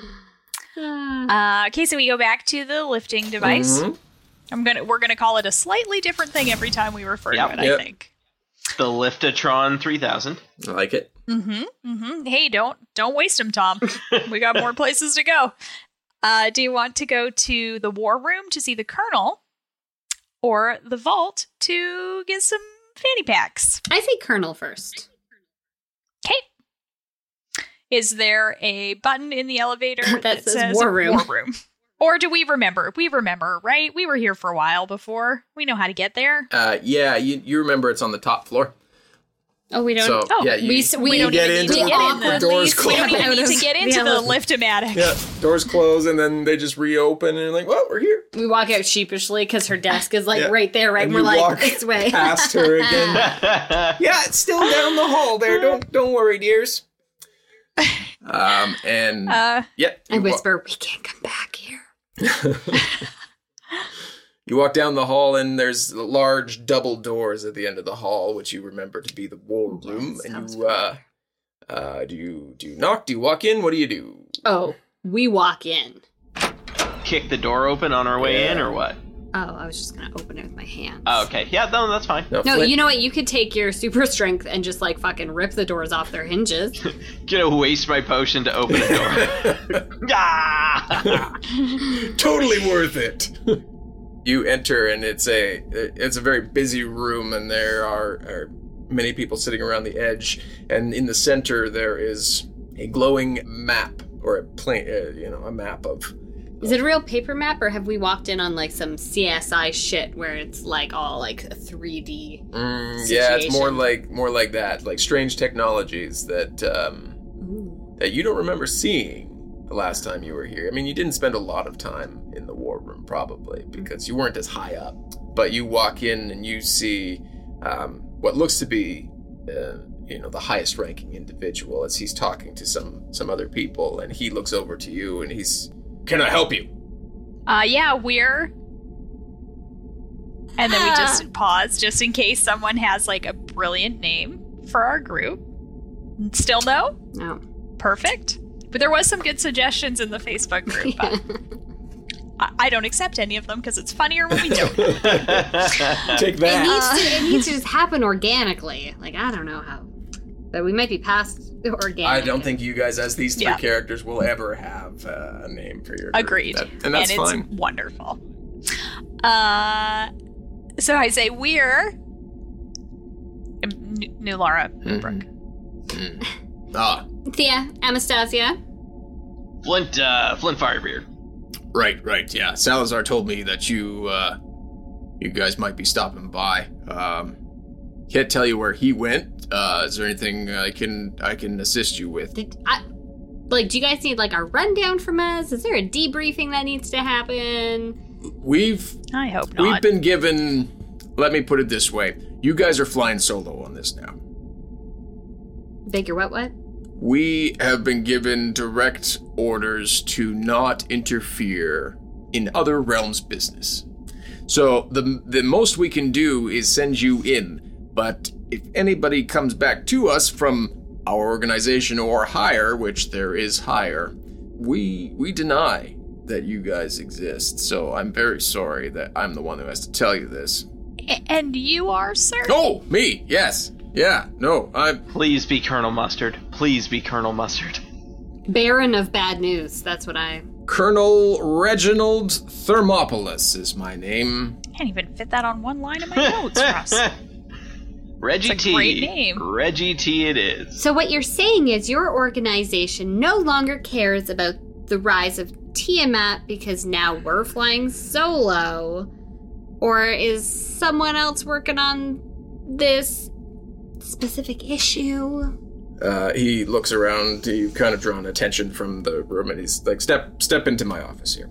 Ah.
Uh, okay, so we go back to the lifting
Mm-hmm.
device.
Mm-hmm.
I'm gonna we're gonna call it a slightly different thing every time we refer
Yep.
to it.
Yep.
I think.
the Liftatron 3000.
I like it.
Mm-hmm. Mm-hmm. Hey, don't don't waste them, Tom. we got more places to go. Uh, do you want to go to the war room to see the colonel, or the vault to get some fanny packs?
I say Colonel first.
Okay. Is there a button in the elevator that,
says war room.
War room. Or do we remember? We remember, right? We were here for a while before. We know how to get there.
Uh, yeah, you you remember it's on the top floor.
Oh, we don't.
So
Oh,
yeah,
we
you,
s- we
We don't
get
even need
into
to
the
get in the
awkward
doors
We don't
close.
even need to
Yeah.
get into the liftomatic.
Yeah, doors close and then they just reopen and you're like, well, we're here.
We walk out sheepishly because her desk is like
Yeah.
right there, right?
and
We're
you
like
walk
this way.
past her again.
yeah, it's still down the hall there. Don't don't worry, dears. Um and
Uh,
yep,
I
you wa-
whisper, we can't come back here.
You walk down the hall, and there's large double doors at the end of the hall, which you remember to be the war room. and
sounds
you, uh, uh, do you do you knock? Do you walk in? What do you do?
Oh, we walk in.
Kick the door open on our way in, or what?
Oh, I was just gonna open it with my hand.
Oh, okay. Yeah, no, that's fine.
No,
Flint-
you know what? You could take your super strength and just like fucking rip the doors off their hinges.
Gonna waste my potion to open a door. ah!
totally worth it.
you enter, and it's a it's a very busy room, and there are, are many people sitting around the edge, and in the center there is a glowing map or a plane, uh, you know, a map of
Is it a real paper map, or have we walked in on like some CSI shit where it's like all like a 3D?
Mm, yeah, it's more
situation.
like more like that, like strange technologies that um,
Ooh.
that you don't remember seeing the last time you were here. I mean, you didn't spend a lot of time in the war room probably because you weren't as high up. But you walk in and you see um, what looks to be uh, you know the highest ranking individual as he's talking to some some other people, and he looks over to you and he's, "Can I help you?"
uh, yeah, we're And
Ah.
then we just pause just in case someone has like a brilliant name for our group. Still no?
No.
Perfect. But there was some good suggestions in the Facebook group. But I, I don't accept any of them because it's funnier when we do. it.
Take
It
that.
needs, to, it needs to just happen organically. Like I don't know how, but we might be past organic.
I don't think you guys, as these three
Yeah.
characters, will ever have uh, a name for your. Group.
Agreed.
and that's
it's
fine.
wonderful. Uh, so I say we're Um, N- New Laura Brooke.
Ah,
Thea Anastasia.
Flint, uh, Flint Firebeard.
right, right, yeah. Salazar told me that you, uh, you guys might be stopping by. Um, can't tell you where he went. Uh, is there anything I can I can assist you with?
Did I? Like, do you guys need like a rundown from us? Is there a debriefing that needs to happen?
We've
I hope
we've
not.
been given. Let me put it this way: you guys are flying solo on this now.
Bigger what? What?
We have been given direct orders to not interfere in other realms' business. So the the most we can do is send you in, but if anybody comes back to us from our organization or higher, which there is higher, we we deny that you guys exist. So I'm very sorry that I'm the one who has to tell you this.
A- and you are, sir?
Oh, me? Yes. Yeah. No. I'm
Please be Colonel Mustard. Please be Colonel Mustard.
Baron of bad news. That's what I.
Colonel Reginald Thermopolis is my name.
Can't even fit that on one line of my notes, Russ.
Reggie
It's a
T.
great name.
Reggie T. It is.
So what you're saying is your organization no longer cares about the rise of Tiamat because now we're flying solo, or is someone else working on this specific issue?
Uh, he looks around. You've kind of drawn attention from the room, and he's like, "Step, step into my office here."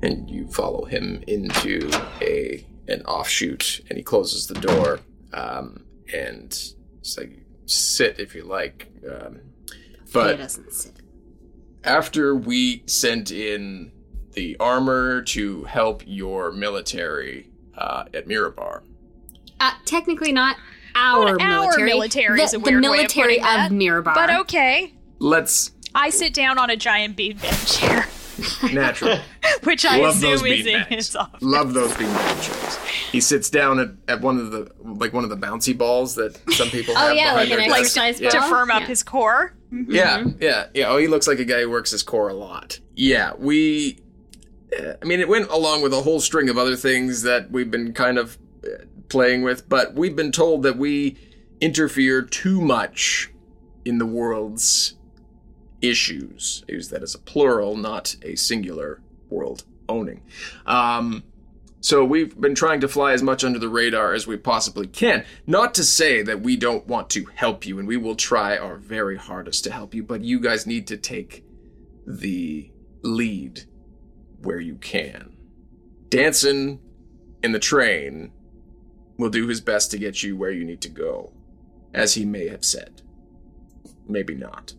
And you follow him into a an offshoot, and he closes the door. Um, and it's like, "Sit if you like." Um,
Thea
but
doesn't sit.
after we sent in the armor to help your military uh, at Mirabar,
Uh, technically not our
Not our
military.
military
the,
is a
the
weird way of
military
putting that,
Mirabar.
But okay.
let's
I sit down on a giant beanbag chair,
natural.
which I
Love those
assume is in
beanbags.
his office.
Love those beanbag chairs. He sits down at, at one of the like one of the bouncy balls that some people have.
Oh, yeah,
behind
like
their
an
desk.
exercise
to
ball?
firm up
Yeah.
his core.
Yeah, yeah, yeah. Oh, he looks like a guy who works his core a lot. Yeah, we. uh, I mean, it went along with a whole string of other things that we've been kind of uh, playing with, but we've been told that we interfere too much in the world's issues. I use that as a plural, not a singular world owning. Um, so we've been trying to fly as much under the radar as we possibly can. Not to say that we don't want to help you, and we will try our very hardest to help you, but you guys need to take the lead where you can. Dancing in the train will do his best to get you where you need to go, as he may have said. Maybe not.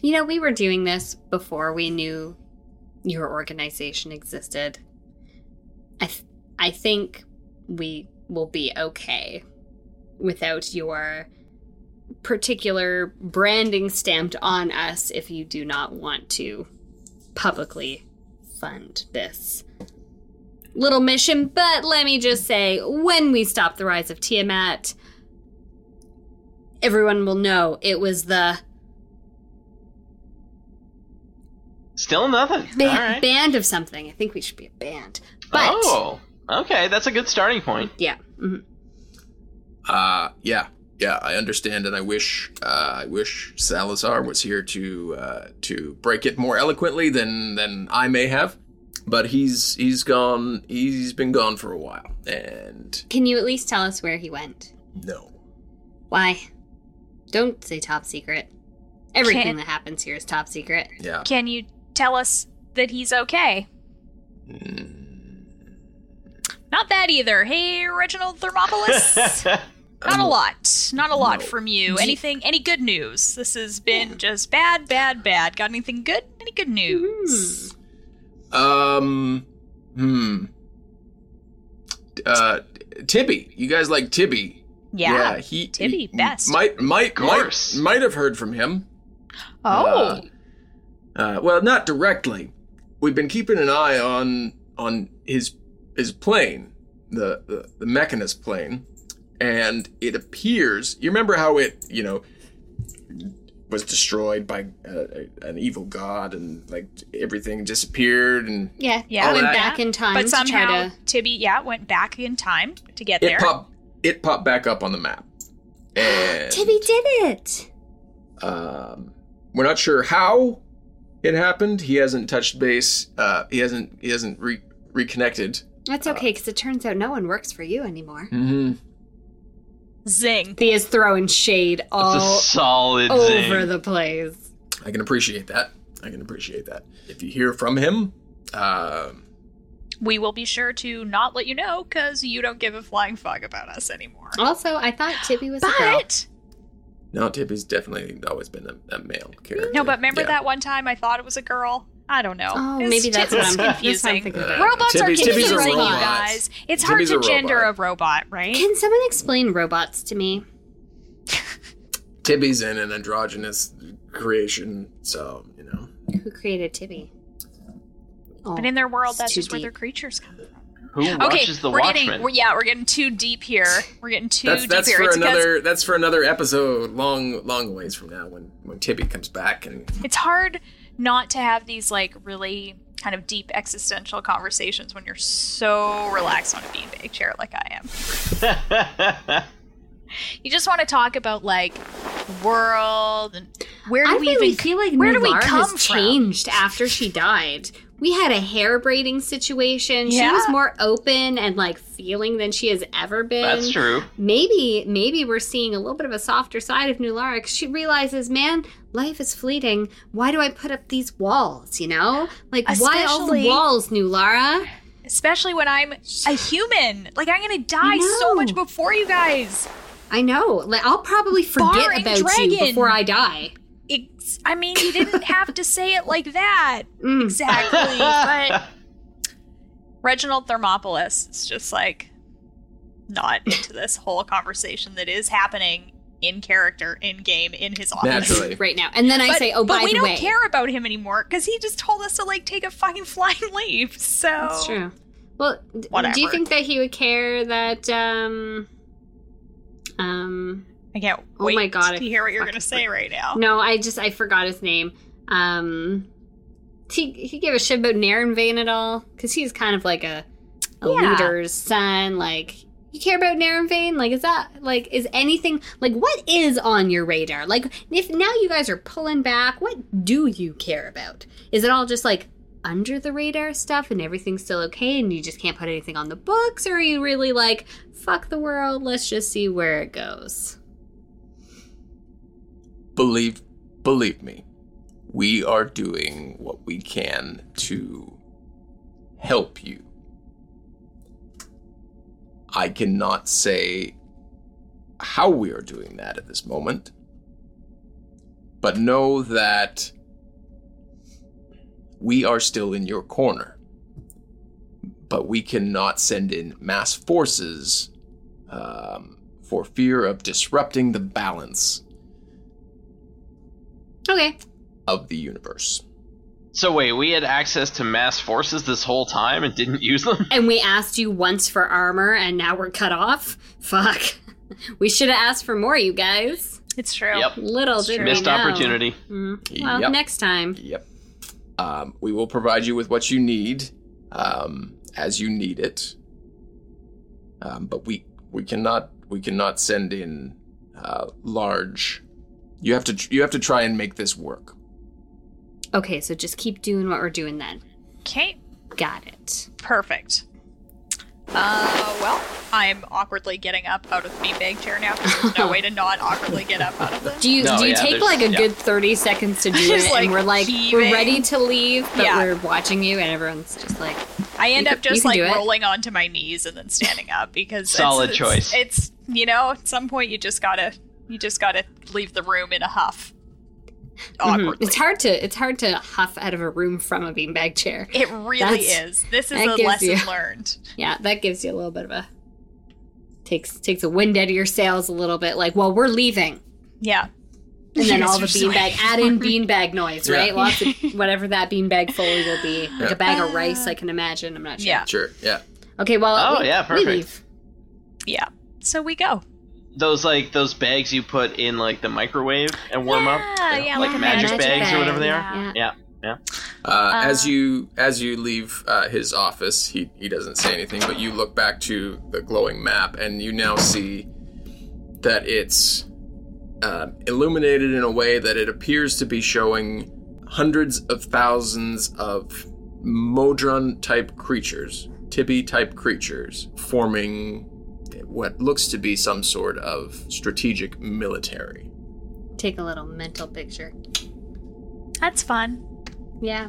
You know, we were doing this before we knew your organization existed. I, th- I think we will be okay without your particular branding stamped on us if you do not want to publicly fund this little mission. But let me just say when we stop the rise of Tiamat, everyone will know it was the
Still nothing.
ba-
All right.
band of something. I think we should be a band. But
Oh, okay. That's a good starting point.
yeah, mhm.
Uh, yeah, yeah, I understand, and I wish, uh, I wish Salazar was here to uh, to break it more eloquently than than I may have, but he's he's gone, he's been gone for a while, and
can you at least tell us where he went?
no,
Why? Don't say top secret. Everything
Can't-
that happens here is top secret.
yeah,
Can you tell us that he's okay? Not that either. Hey, Reginald Thermopolis. Not
Um,
a lot. Not a lot from you. Anything? Any good news? This has been just bad, bad, bad. Got anything good? Any good news?
um, hmm, uh,
Tibby. You guys like Tibby.
Yeah.
he
Tibby,
he
best.
Might might might
course.
might have heard from him.
oh.
Uh, well, not directly. We've been keeping an eye on on his his plane, the the, the mechanist plane, and it appears. You remember how it you know was destroyed by uh, an evil god and like everything disappeared and
Yeah,
Yeah.
Went
Yeah.
back in time
But
to try
somehow
to-
Tibby, yeah, went back in time to get there.
it popped it popped back up on the map. And
Tibby did it.
Um, we're not sure how it happened. He hasn't touched base. Uh, he hasn't. He hasn't re- reconnected.
That's okay because it turns out no one works for you anymore.
Mm-hmm.
Zing.
Thea's throwing shade
That's a
all
solid zing.
over the place.
I can appreciate that. I can appreciate that. If you hear from him, um,
We will be sure to not let you know because you don't give a flying fuck about us anymore.
Also, I thought Tibby was Oh, a girl.
But
no, Tippy's definitely always been a, a male character.
no, but remember
Yeah.
that one time I thought it was a girl. I don't know.
Oh,
It's-
maybe that's what
it's
I'm that's what I'm
confusing.
thinking
Uh,
about.
Robots
Tibby's-
are
Tibby's
a
confusing, you
robot.
guys. It's
Tibby's a
hard to gender
robot.
a robot, right?
Can someone explain robots to me?
Tibby's in an androgynous creation, so you know.
Who created Tibby? Oh,
but in their world,
it's
that's
too
just where
deep.
their creatures come from.
Who
Okay,
watches the
we're
Watchmen?
getting we're, yeah, we're getting too deep here. We're getting too
That's
deep
that's
here.
for
it's 'cause
another that's for another episode, long long ways from now when when Tibby comes back and
it's hard not to have these like really kind of deep existential conversations when you're so relaxed on a beanbag chair like I am. you just want to talk about like world and where do
I
we
really
even
feel like
where
Nulara
do we come
has
from?
changed after she died. We had a hair braiding situation. She
Yeah.
was more open and like feeling than she has ever been.
That's true.
Maybe, maybe we're seeing a little bit of a softer side of Nulara. 'cause She realizes, man, life is fleeting. Why do I put up these walls? You know, like why all the
Especially-
walls, Nulara?
Especially when I'm a human. Like I'm gonna
I
die
know.
so much before you guys.
I know. Like I'll probably forget
Barring
about you
dragon.
before I die.
It's, I mean, you didn't have to say it like that.
Mm.
Exactly. but Reginald Thermopolis is just like not into this whole conversation that is happening in character, in game, in his office.
naturally.
Right now, and then I
But,
say, "Oh,
but
by
we
the
don't
way,
care about him anymore because he just told us to like take a fucking flying leap. So
That's true. Well, d- do you
Whatever.
think that he would care that um um
I can't
Oh
wait
my God,
to
I
hear what you're
fucking
gonna say right now.
no, I just I forgot his name. Um he he gave a shit about Narenvane at all cuz he's kind of like a a
Yeah.
leader's son like you care about Narenvane? Like is that like is anything like what is on your radar? Like if now you guys are pulling back, what do you care about? Is it all just like under the radar stuff and everything's still okay and you just can't put anything on the books or are you really like fuck the world, let's just see where it goes?
believe believe me we are doing what we can to help you i cannot say how we are doing that at this moment but know that we are still in your corner but we cannot send in mass forces um, for fear of disrupting the balance
Okay.
of the universe.
So wait, we had access to mass forces this whole time and didn't use them?
and we asked you once for armor and now we're cut off fuck we should have asked for more you guys
It's true.
Yep.
little did we
Missed
know.
opportunity.
Mm, well
Yep.
next time
Yep. Um, we will provide you with what you need um, as you need it. Um, but we we cannot we cannot send in uh, large. You have to tr- you have to try and make this work.
okay so just keep doing what we're doing then
Okay.
got it
Perfect. Uh, well, I'm awkwardly getting up out of the beanbag chair now. 'cause There's no way to not awkwardly get up out of it.
do you
No,
do you
yeah,
take
there's-
like a
yeah.
good 30 seconds to do
Just,
it
like,
and we're like we're
heaving.
ready to leave but
Yeah.
we're watching you and everyone's just like
I end
You
up
can- you
just
can
like
do it.
rolling onto my knees and then standing up because it's-
Solid
it's,
choice.
It's you know, at some point you just gotta you just gotta leave the room in a huff.
mhm.
Awkwardly.
it's hard to it's hard to huff out of a room from a beanbag chair
It really
That's-
is. This is
that
a
gives
lesson
you-
learned.
yeah that gives you a little bit of a takes takes a wind out of your sails a little bit. Like, well, we're leaving,
Yeah.
and then
You guys
all the
are so
beanbag add in beanbag noise, right? Lots of whatever that beanbag foley will be, like a bag of rice. I can imagine. I'm not sure.
Yeah.
Sure. Yeah.
Okay. Well.
Oh,
we-
yeah,
we
perfect.
leave.
Yeah. So we go.
Those like those bags you put in like the microwave and warm
Yeah,
up,
Ah, yeah,
like,
like a
magic,
magic
bags
bag,
or whatever they are.
yeah.
yeah. yeah.
Uh, as you as you leave uh, his office, he he doesn't say anything, but you look back to the glowing map, and you now see that it's uh, illuminated in a way that it appears to be showing hundreds of thousands of Modron type creatures, Tibby type creatures, forming what looks to be some sort of strategic military.
Take a little mental picture.
That's fun.
Yeah.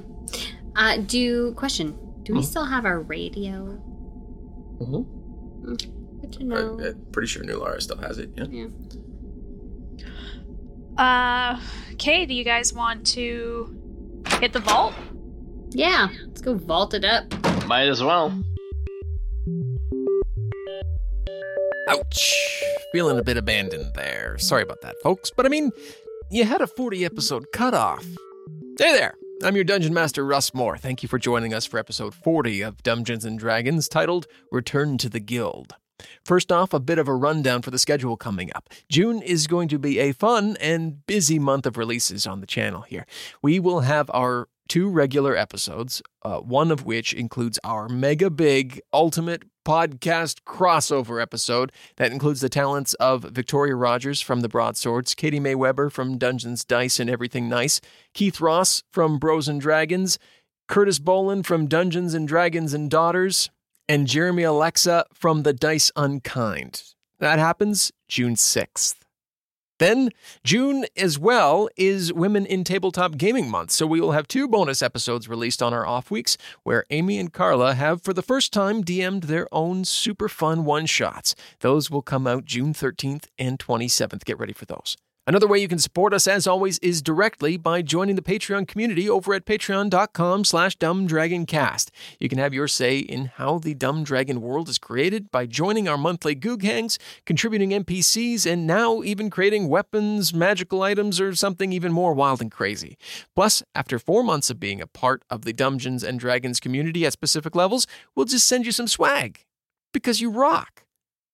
Uh, do question. Do
Mm-hmm.
we still have our radio? Mm-hmm. Good to know.
uh,
I, am pretty sure New Lara still has it. Yeah.
yeah.
Uh, okay, do you guys want to hit the vault?
Yeah. Let's go vault it up.
Might as well.
Ouch. Feeling a bit abandoned there. Sorry about that, folks. But I mean, you had a 40 episode cutoff. Hey there. I'm your Dungeon Master, Russ Moore. Thank you for joining us for episode 40 of Dungeons and Dragons titled Return to the Guild. First off, a bit of a rundown for the schedule coming up. June is going to be a fun and busy month of releases on the channel here. We will have our two regular episodes, uh, one of which includes our mega big ultimate podcast crossover episode that includes the talents of Victoria Rogers from The Broadswords, Katie May Weber from Dungeons, Dice, and Everything Nice, Keith Ross from Bros and Dragons, Curtis Bolan from Dungeons and Dragons and Daughters, and Jeremy Alexa from The Dice Unkind. That happens June 6th. Then, June as well is Women in Tabletop Gaming Month, so we will have two bonus episodes released on our off weeks where Amy and Carla have for the first time DM'd their own super fun one shots. Those will come out June 13th and 27th. Get ready for those. Another way you can support us, as always, is directly by joining the Patreon community over at patreon.com slash dumbdragoncast. You can have your say in how the Dumb Dragon world is created by joining our monthly Goog Hangs, contributing NPCs, and now even creating weapons, magical items, or something even more wild and crazy. Plus, after four months of being a part of the Dungeons and Dragons community at specific levels, we'll just send you some swag. Because you rock.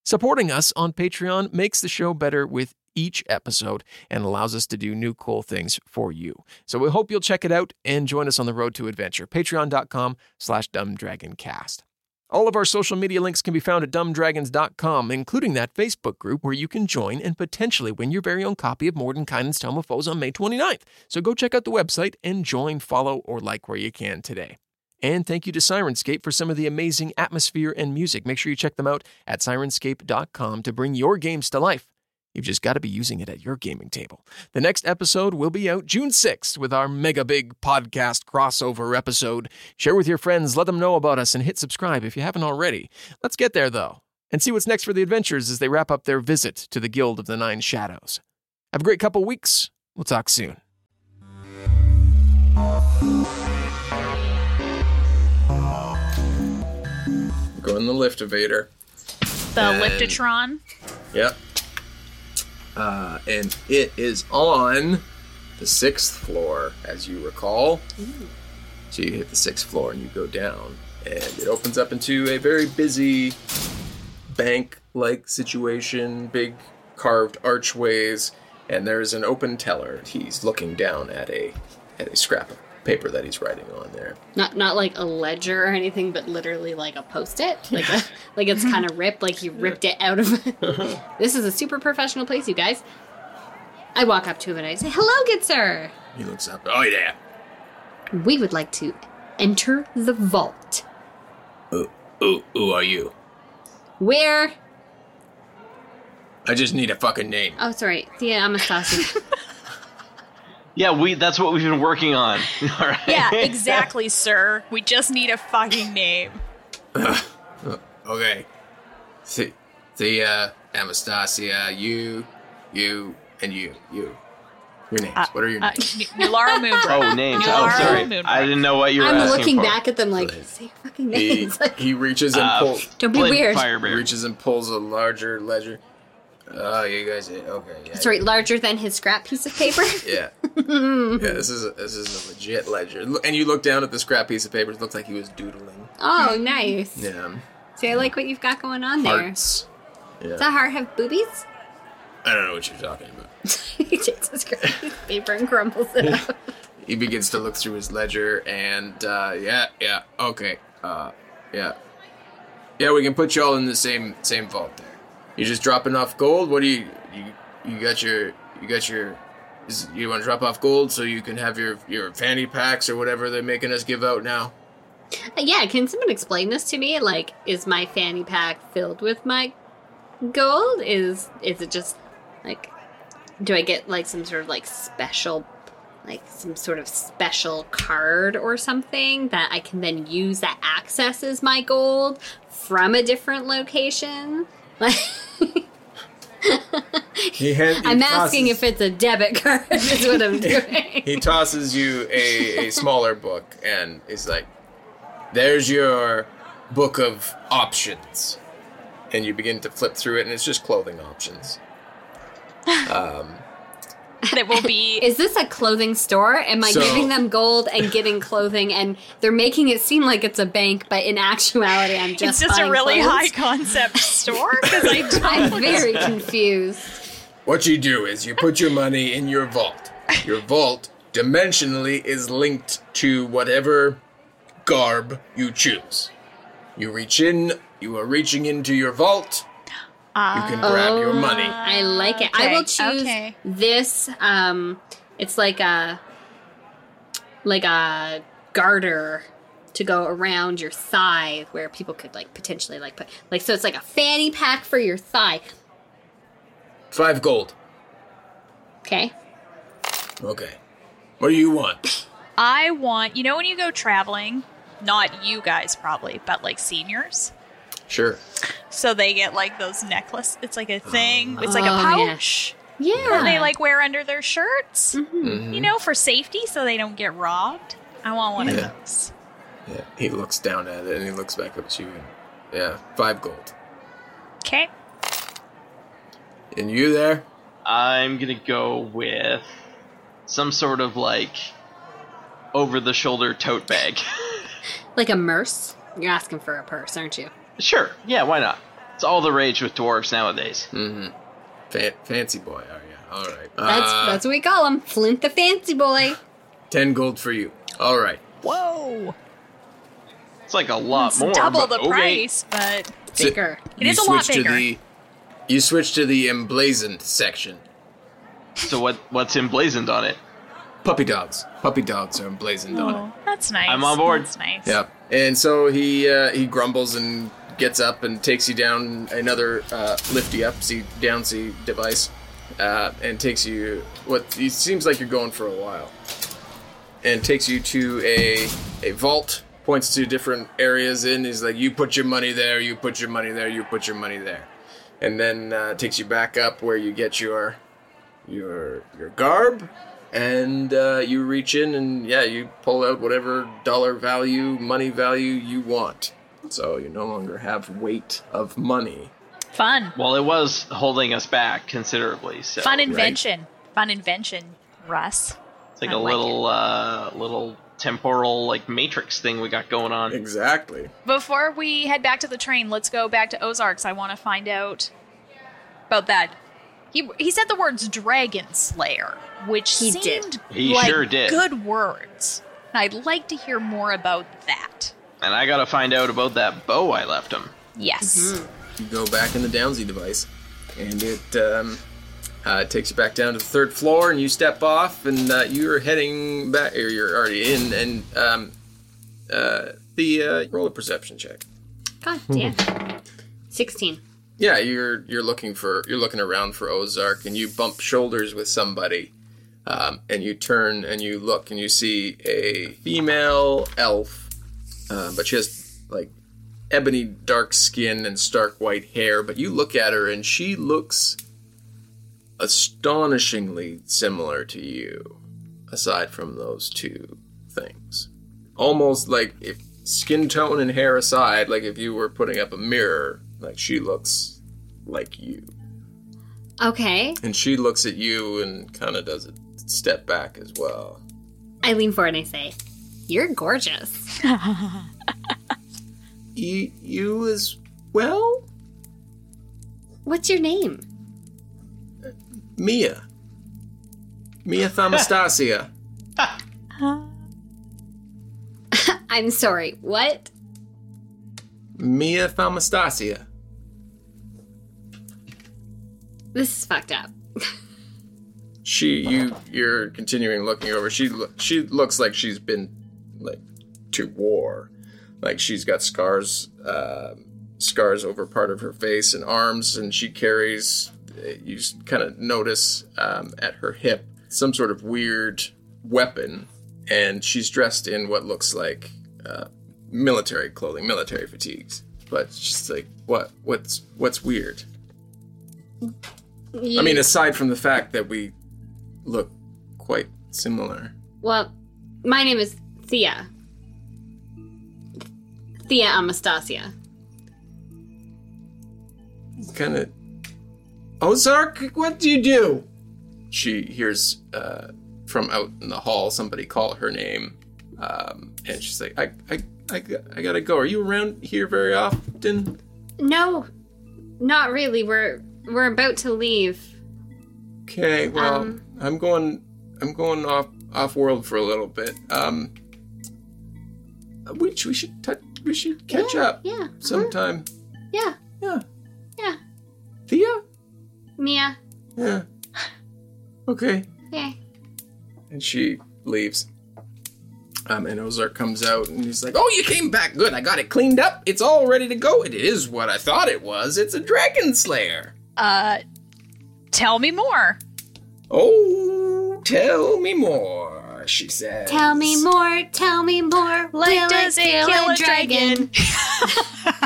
Supporting us on Patreon makes the show better with each episode and allows us to do new cool things for you. So we hope you'll check it out and join us on the road to adventure. Patreon.com slash dumbdragoncast. All of our social media links can be found at dumbdragons.com, including that Facebook group where you can join and potentially win your very own copy of Mordenkainen's Tome of Foes on May 29th. So go check out the website and join, follow, or like where you can today. And thank you to Sirenscape for some of the amazing atmosphere and music. Make sure you check them out at sirenscape.com to bring your games to life. You've just got to be using it at your gaming table. The next episode will be out June 6th with our mega big podcast crossover episode. Share with your friends, let them know about us, and hit subscribe if you haven't already. Let's get there, though, and see what's next for the adventurers as they wrap up their visit to the Guild of the Nine Shadows. Have a great couple weeks. We'll talk soon.
Go in the lift evader.
The
And-
Liptotron?
Yep. Uh, and it is on the sixth floor, as you recall. So you hit the sixth floor and you go down, and it opens up into a very busy bank like situation, big carved archways, and there's an open teller. He's looking down at a at a scrap of paper that he's writing on there.
Not not like a ledger or anything, but literally like a post-it. Like a, like it's kind of ripped. Like he ripped it out of. this is a super professional place, you guys. I walk up to him and I say, "Hello, good sir.
He looks up. Oh yeah.
We would like to enter the vault.
Who who are you?
Where?
I just need a fucking name.
Oh, sorry, Thea Anastasia.
Yeah, we that's what we've been working on. All right.
Yeah, exactly, sir. We just need a fucking name.
Okay. The, the uh, Anastasia, you, you, and you, you.
Your names. what are your
Uh,
names?
Laura Moonbrook.
Oh, names. Oh,
Nulara
sorry.
Moonbrook.
I didn't know what you were
I'm
asking
looking
for.
back at them like, say your fucking
He,
names. Like,
he reaches and
Uh,
pulls.
don't be
Flint
weird.
Firebear.
Reaches and pulls a larger ledger. Oh, you guys. Okay. Yeah.
Sorry, larger than his scrap piece of paper.
Yeah. yeah. This is a, this is a legit ledger. L- And you look down at the scrap piece of paper. It looks like he was doodling.
oh, nice.
Yeah.
See, I like what you've got going on there.
Hearts.
Does that heart have boobies?
I don't know what you're talking about.
he takes his scrap piece of paper and crumbles it up.
He begins to look through his ledger, and uh, yeah, yeah, okay, uh, yeah, yeah. We can put you all in the same same vault there. You're just dropping off gold. What do you you you got your you got your is, you want to drop off gold so you can have your your fanny packs or whatever they're making us give out now.
Yeah, can someone explain this to me? Like, is my fanny pack filled with my gold? Is is it just like do I get like some sort of like special like some sort of special card or something that I can then use that accesses my gold from a different location? Like
He hand,
I'm asking if it's a debit card is what I'm doing.
He tosses you a, a smaller book and is like, There's your book of options. And you begin to flip through it, and it's just clothing options.
That will be.
Is this a clothing store? Am I
So-
giving them gold and getting clothing, and they're making it seem like it's a bank, but in actuality, I'm just
it's just a
buying
really
clothes?
high concept store because I don't.
I'm very confused.
What you do is you put your money in your vault. Your vault dimensionally is linked to whatever garb you choose. You reach in, you are reaching into your vault. You can grab your money.
I like it. I will choose
okay.
this. Um, it's like a like a garter to go around your thigh, where people could like potentially like put like so. It's like a fanny pack for your thigh.
Five gold.
Okay.
Okay. What do you want?
I want, you know, when you go traveling, not you guys probably, but like seniors.
Sure.
So they get like those necklace. It's like a thing. It's like a
Oh, yeah.
pouch
Yeah.
that they like wear under their shirts, you know, for safety so they don't get robbed. I want one
Yeah.
of those.
Yeah, he looks down at it and he looks back up at you. And, yeah, five gold.
Okay.
And you there?
I'm gonna go with some sort of like over the shoulder tote bag.
like a merce. You're asking for a purse, aren't you?
sure, yeah, why not? It's all the rage with dwarves nowadays.
Fa- fancy boy, are you? All right.
That's
Uh,
that's what we call him, Flint the Fancy Boy.
ten gold for you. All right.
Whoa.
It's like a lot
It's
more.
double
but
the
okay.
price, but
Bigger.
It is a lot bigger.
To the, you switch to the emblazoned section.
So what? What's emblazoned on it?
Puppy dogs. Puppy dogs are emblazoned on
oh,
it.
that's nice.
I'm on board.
That's nice.
Yeah. And so he uh, he grumbles and gets up and takes you down another uh, lifty upsy downsy device, uh, and takes you what it seems like you're going for a while, and takes you to a a vault. Points to different areas in. He's like, you put your money there. You put your money there. You put your money there, and then uh, takes you back up where you get your your your garb and uh, you reach in and yeah you pull out whatever dollar value money value you want so you no longer have weight of money
Fun.
Well, it was holding us back considerably. So
Fun invention. Fun invention, Russ.
it's like
I
a
like
little uh, little temporal like matrix thing we got going on.
exactly
Before we head back to the train, let's go back to Ozarks. I want to find out about that. He he said the words dragon slayer, which
He
seemed
did.
He
like
sure did.
good words. And I'd like to hear more about that.
And I gotta find out about that bow I left him.
Yes.
Mm-hmm.
you go back in the downsy device and it um, uh, takes you back down to the third floor and you step off and uh, you're heading back or you're already in and um, uh, the uh, roll a perception check
God damn. Sixteen.
yeah you're you're looking for you're looking around for ozark and you bump shoulders with somebody um, and you turn and you look and you see a female elf uh, but she has like ebony dark skin and stark white hair but you look at her and she looks astonishingly similar to you, aside from those two things. Almost like if skin tone and hair aside, like if you were putting up a mirror, like she looks like you.
Okay.
And she looks at you and kind of does a step back as well.
I lean forward and I say, You're gorgeous.
You, E, you as well?
What's your name?
Mia. Mia Thamastasia.
I'm sorry, what?
Mia Thamastasia.
This is fucked up.
She, you, you're continuing looking over. She, lo- she looks like she's been, like, to war. Like she's got scars, um scars over part of her face and arms, and she carries. You kind of notice um, at her hip some sort of weird weapon, and she's dressed in what looks like uh, military clothing, military fatigues. But she's like, what? What's what's weird? I mean, aside from the fact that we look quite similar.
Well, my name is Thea. Thea Amastasia.
kind of Ozark, what do you do? She hears uh, from out in the hall somebody call her name, um, and she's like, I, I, I, g- I gotta go. Are you around here very often?
No, not really. We're we're about to leave.
Okay, well,
Um,
I'm going, I'm going off off world for a little bit. Um, we, we should touch, we should catch up
Yeah. Uh-huh.
sometime.
Yeah.
Yeah,
Yeah.
Thea.
Mia.
Yeah. Okay.
Yeah.
and she leaves. Um, and Ozark comes out and he's like, "Oh, you came back good. I got it cleaned up. It's all ready to go. It is what I thought it was. It's a dragon slayer."
Uh, tell me more.
Oh, tell me more, she says.
Tell me more. Tell me more. Will
Like, does it kill a dragon?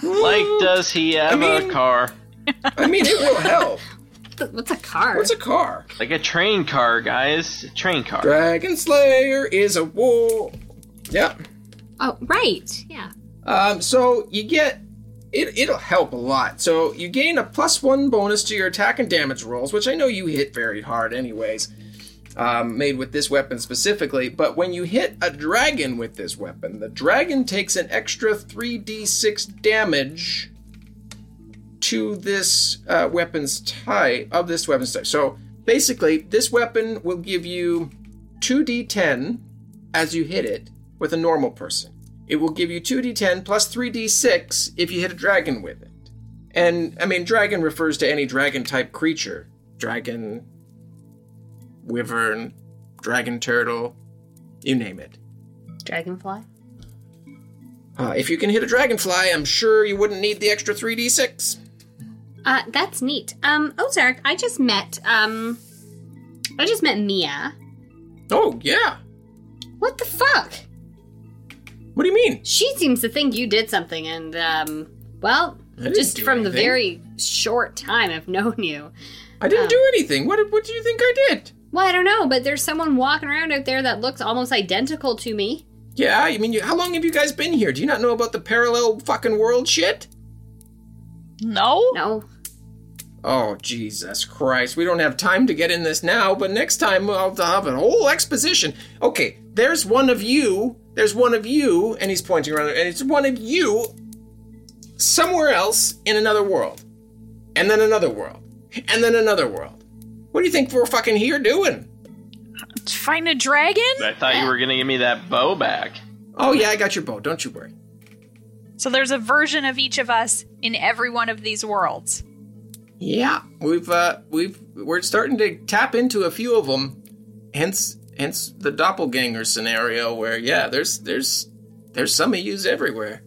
Like, does he have
mean-
a car?
I mean, it will help.
dragon? What's a car?
What's a car?
Like a train car, guys. Train car.
Dragon slayer is a war. Yep.
oh, right. Yeah.
Um, so you get it. It'll help a lot. So you gain a plus one bonus to your attack and damage rolls, which I know you hit very hard, anyways. Um, made with this weapon specifically, but when you hit a dragon with this weapon, the dragon takes an extra 3d6 damage to this uh, weapon's type of this weapon's type. So basically, this weapon will give you 2d10 as you hit it with a normal person. It will give you 2d10 plus 3d6 if you hit a dragon with it. And, I mean, dragon refers to any dragon type creature dragon, wyvern, dragon turtle, you name it.
Dragonfly.
Uh, if you can hit a dragonfly, I'm sure you wouldn't need the extra 3d6.
Uh, that's neat. Um, Ozark, I just met um, I just met Mia.
Oh, yeah.
What the fuck?
What do you mean?
She seems to think you did something, and um, well,
didn't
just
do
from the
anything.
very short time I've known you.
I didn't do anything. What, what do you think I did?
Well, I don't know, but there's someone walking around out there that looks almost identical to me.
Yeah, I mean, you, how long have you guys been here? Do you not know about the parallel fucking world shit?
No?
No,
Oh, Jesus Christ. We don't have time to get in this now, but next time I'll have a whole exposition. Okay, there's one of you. There's one of you. And he's pointing around, and it's one of you somewhere else in another world. And then another world. And then another world. What do you think we're fucking here doing?
Find a dragon?
I thought you were gonna give me that bow back.
Oh, yeah, I got your bow. Don't you worry.
So there's a version of each of us in every one of these worlds.
Yeah, we've uh, we've we're starting to tap into a few of them. Hence, hence the doppelganger scenario where yeah, there's there's there's some of yous everywhere.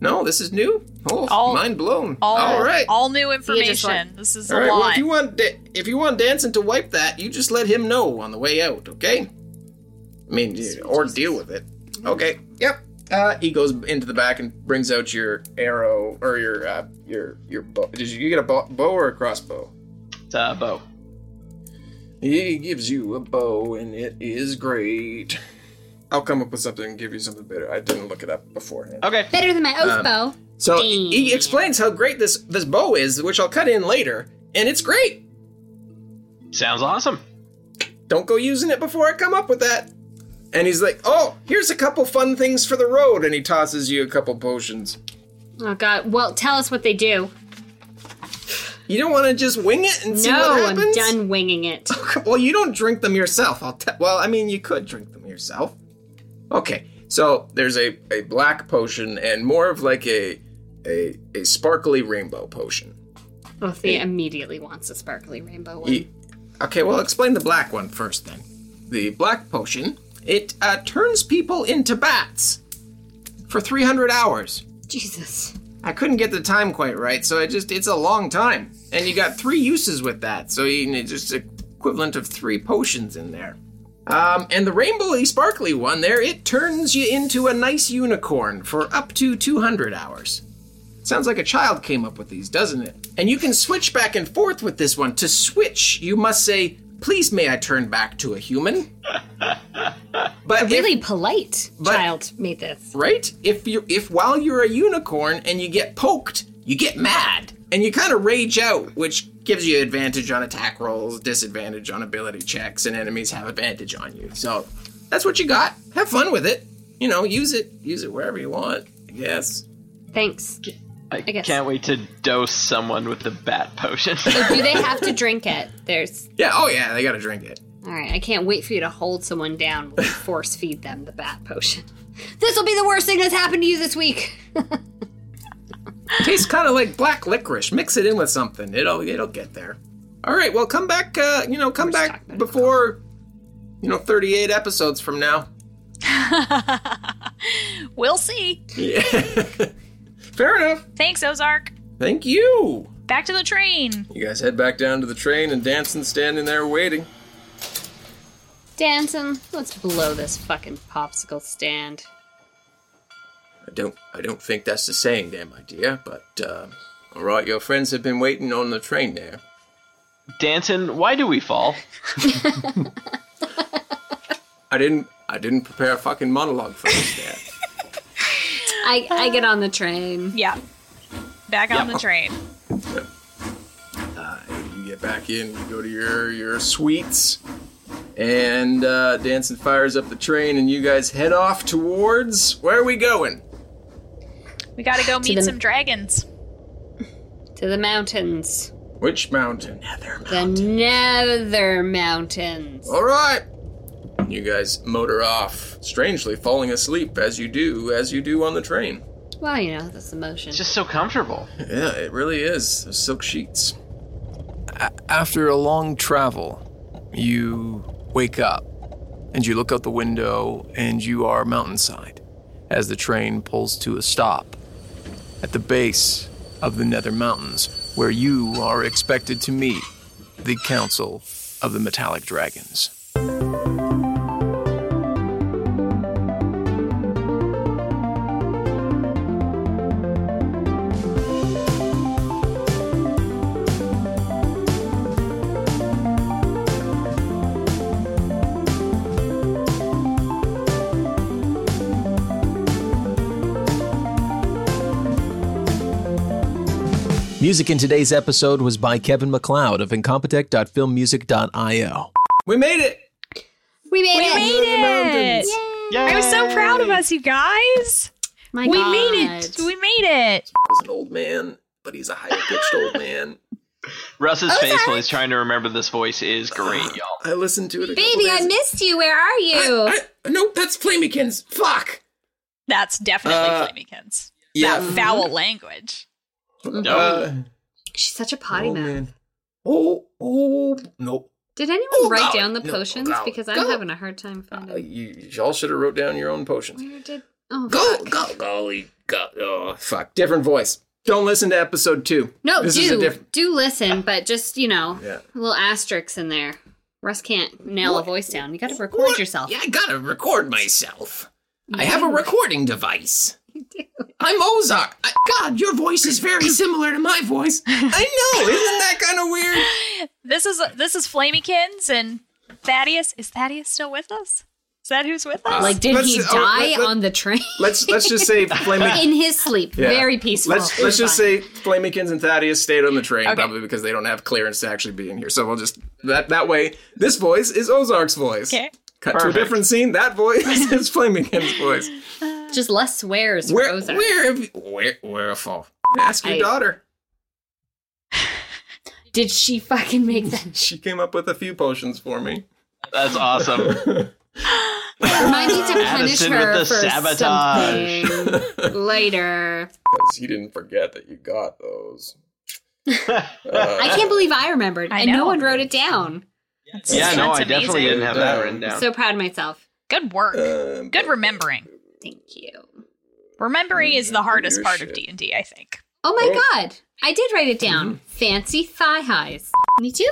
No, this is new. Oh,
All-
mind blown.
All,
all right.
all new
you just
information. this is
all
a
right.
lot.
Well, if you want da- if you want Danson to wipe that, you just let him know on the way out, okay? I mean, you- or deal with it. Okay. Yep. Uh, he goes into the back and brings out your arrow or your uh, your your bow. Did you get a bow, bow or a crossbow?
uh, bow.
He gives you a bow, and it is great. I'll come up with something and give you something better. I didn't look it up beforehand.
Okay.
Better than my oath
Um,
bow.
So he explains how great this this bow is, which I'll cut in later, and it's great.
Sounds awesome.
Don't go using it before I come up with that. And he's like, "Oh, here's a couple fun things for the road," and he tosses you a couple potions.
Oh god. Well, tell us what they do.
You don't want to just wing it and see
No,
what
I'm
happens.
done winging it.
Well, you don't drink them yourself. I'll tell. Well, I mean, you could drink them yourself. Okay, so there's a, a black potion and more of like a a a sparkly rainbow potion.
Othia immediately wants a sparkly rainbow one.
Ye- Okay, well, explain the black one first then. The black potion it uh, turns people into bats for 300 hours.
Jesus.
I couldn't get the time quite right, so I just it's a long time, and you got three uses with that, so you need just equivalent of three potions in there. Um, and the rainbowy sparkly one there, it turns you into a nice unicorn for up to 200 hours. Sounds like a child came up with these, doesn't it? And you can switch back and forth with this one. To switch, you must say, "Please may I turn back to a human?" But if-
Really polite
But-
child made this.
right? If you if while you're a unicorn and you get poked, you get mad and you kind of rage out, which gives you advantage on attack rolls, disadvantage on ability checks, and enemies have advantage on you. So that's what you got. Have fun with it. You know, use it, use it wherever you want. I guess.
Thanks.
I,
guess.
can't wait to dose someone with the bat potion.
Do they have to drink it? There's.
Yeah. Oh yeah, they gotta drink it.
All right. I can't wait for you to hold someone down while you force feed them the bat potion. This will be the worst thing that's happened to you this week.
Tastes kind of like black licorice. Mix it in with something. It'll it'll get there. All right. Well, come back. Uh, you know, come back before you know 38 episodes from now.
We'll see.
Fair enough.
Thanks, Ozark.
Thank you.
Back to the train.
You guys head back down to the train, and Danson's standing there waiting.
Danson, let's blow this fucking popsicle stand.
I don't, I don't think that's the saying there, my dear. But uh, all right, your friends have been waiting on the train there.
Danton, why do we fall?
I didn't, I didn't prepare a fucking monologue for this there.
I, I get on the train.
Yeah. Back on the train.
you get back in, you go to your your suites, and uh, Danson fires up the train, and you guys head off towards where are we going?
We gotta go meet
the-
some dragons.
To the mountains.
Which mountain? Nether
The Nether Mountains.
All right. You guys motor off, strangely falling asleep as you do, as you do on the train.
Well, you know, that's emotion.
It's just so comfortable.
Yeah, it really is. Those silk sheets.
After a long travel, you wake up and you look out the window and you are mountainside as the train pulls to a stop at the base of the Nether Mountains, where you are expected to meet the Council of the Metallic Dragons. Music in today's episode was by Kevin McLeod of incompetech.filmmusic.io.
We made it.
we made
We
it!
made it! I was so proud of us, you guys.
My
We
God.
made it. We made it.
Was an old man, but he's a high pitched old man.
Russ's
Oh,
face when he's trying to remember this voice is great, y'all.
I listened to it. A couple
Baby, I
days-
missed you. Where are you?
I- no, that's Flamekins. Fuck.
That's definitely
Uh,
Flamikins.
Yeah. Mm-hmm.
That foul language.
No.
Uh,
She's such a potty mouth.
Oh, oh, no.
Did anyone
Oh,
write
golly.
down the
No,
potions?
golly.
because I'm
Golly.
having a hard time
Uh,
finding.
you, y'all should have wrote down your own potions.
Where did? Oh,
Go,
fuck.
go, golly, go. Oh, fuck. Different voice. Don't listen to episode two.
No,
This
do
is a diff-
do listen, but just you know,
Yeah.
a little asterisk in there. Russ can't nail a voice down. You got to record
What?
yourself.
Yeah, I gotta record myself. I have a recording device. I'm Ozark. I, God, your voice is very similar to my voice. I know. Isn't that kind of weird?
This is this is Flamykins and Thaddeus. Is Thaddeus still with us? Is that who's with us?
Like, did
Let's-
he die
oh, let- let-
on the train?
Let's let's just say Flamikins.
in his sleep, very peaceful.
Let's let's just say Flamikins and Thaddeus stayed on the train
Okay.
probably because they don't have clearance to actually be in here. So we'll just that that way. This voice is Ozark's voice.
okay.
Cut
Perfect.
to a different scene. That voice is Flamikins' voice.
just less swears. for
Where
Ozark.
where have you, where where a fall? Ask your
I-
daughter.
Did she fucking make that?
She came up with a few potions for me.
That's awesome.
Remind me to punish
Addison
her
with the
for
sabotage.
something later.
Because you didn't forget that you got those.
I can't believe I remembered,
I
and no
know.
one wrote it down.
yeah, no,
That's
I definitely
amazing.
didn't have that written down.
So proud of myself.
Good work. Good remembering.
Thank you.
Remembering is the hardest part of D and D, I think.
Oh my god, I did write it down. Fancy thigh highs. Me too.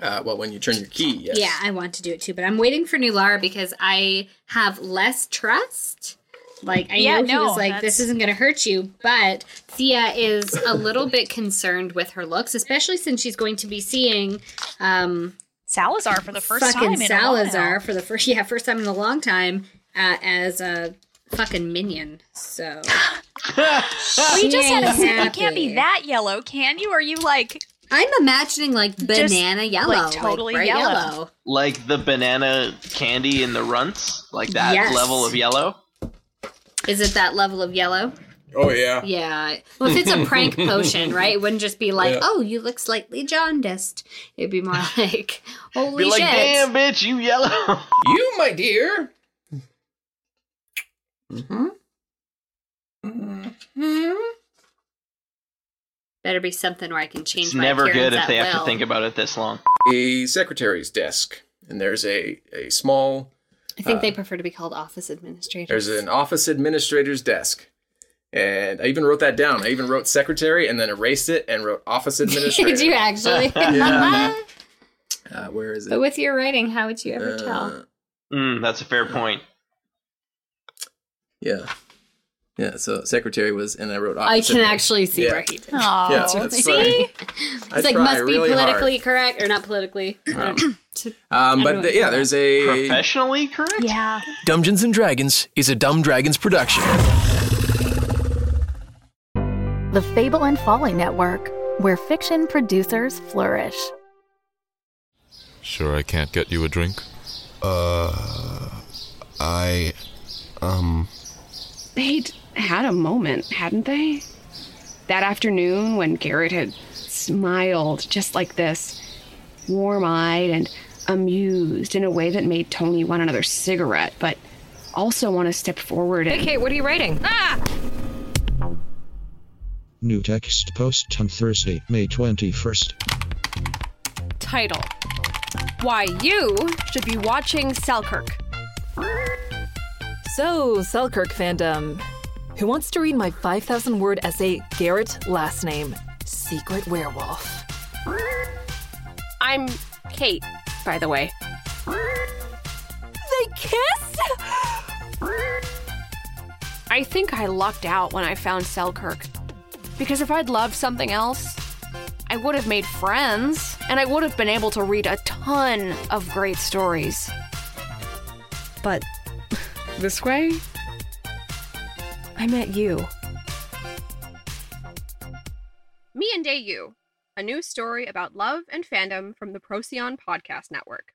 Uh, well, when you turn your key, yes.
Yeah, I want to do it too, but I'm waiting for new Lara because I have less trust. Like I
Yeah,
know he
no,
was like,
that's-
"This isn't going to hurt you," but Thea is a little bit concerned with her looks, especially since she's going to be seeing um,
Salazar for the first
fucking
time in a
Salazar
while.
for the first yeah first time in a long time uh, as a fucking minion. So
We just had a
ain't
scene. You can't be
happy.
that yellow, can you? Are you like
I'm imagining like banana yellow, like
totally
bright
yellow.
like the banana candy in the runts, like that
Yes.
level of yellow.
Is it that level of yellow?
Oh yeah.
Yeah. Well, if it's a prank potion, right? It wouldn't just be like, "Oh, you look slightly jaundiced." It'd be more like, "Holy
Be like,
shit!"
damn, bitch, you yellow.
You, my dear.
Better be something where I can change.
it's
my
never good
appearance
if
at
they have
will.
to think about it this long.
A secretary's desk, and there's a a small
I think they prefer to be called office administrator.
there's an office administrator's desk, and I even wrote that down. I even wrote secretary and then erased it and wrote office administrator.
Did you actually?
uh, where is
but
it?
with your writing, how would you ever
Uh,
tell?
Mm, that's a fair point.
yeah, yeah. So secretary was, and I wrote office.
I can
admin.
actually see
Yeah.
where he did.
Oh,
Yeah, so that's
See?
I
It's like
try
must be
really hard.
politically correct or not politically. I don't know.
Um,
know
but
what
the- yeah,
you
there's a
Professionally correct?
yeah.
Dungeons and Dragons is a Dumb Dragons production.
The Fable and Folly Network, where fiction producers flourish.
Sure, I can't get you a drink.
Uh, I, um,
They'd had a moment, hadn't they? That afternoon when Garrett had smiled just like this, warm eyed and amused in a way that made Tony want another cigarette, but also want to step forward and.
Kate, what are you writing? Ah!
New text post on Thursday, May 21st.
Title Why You Should Be Watching Selkirk. So, Selkirk fandom. Who wants to read my 5,000 word essay, Garrett Last Name Secret Werewolf? I'm Kate, by the way. They kiss? I think I lucked out when I found Selkirk. Because if I'd loved something else, I would have made friends, and I would have been able to read a ton of great stories. But this way, I met you. Me and Day You, a new story about love and fandom from the Procyon Podcast Network.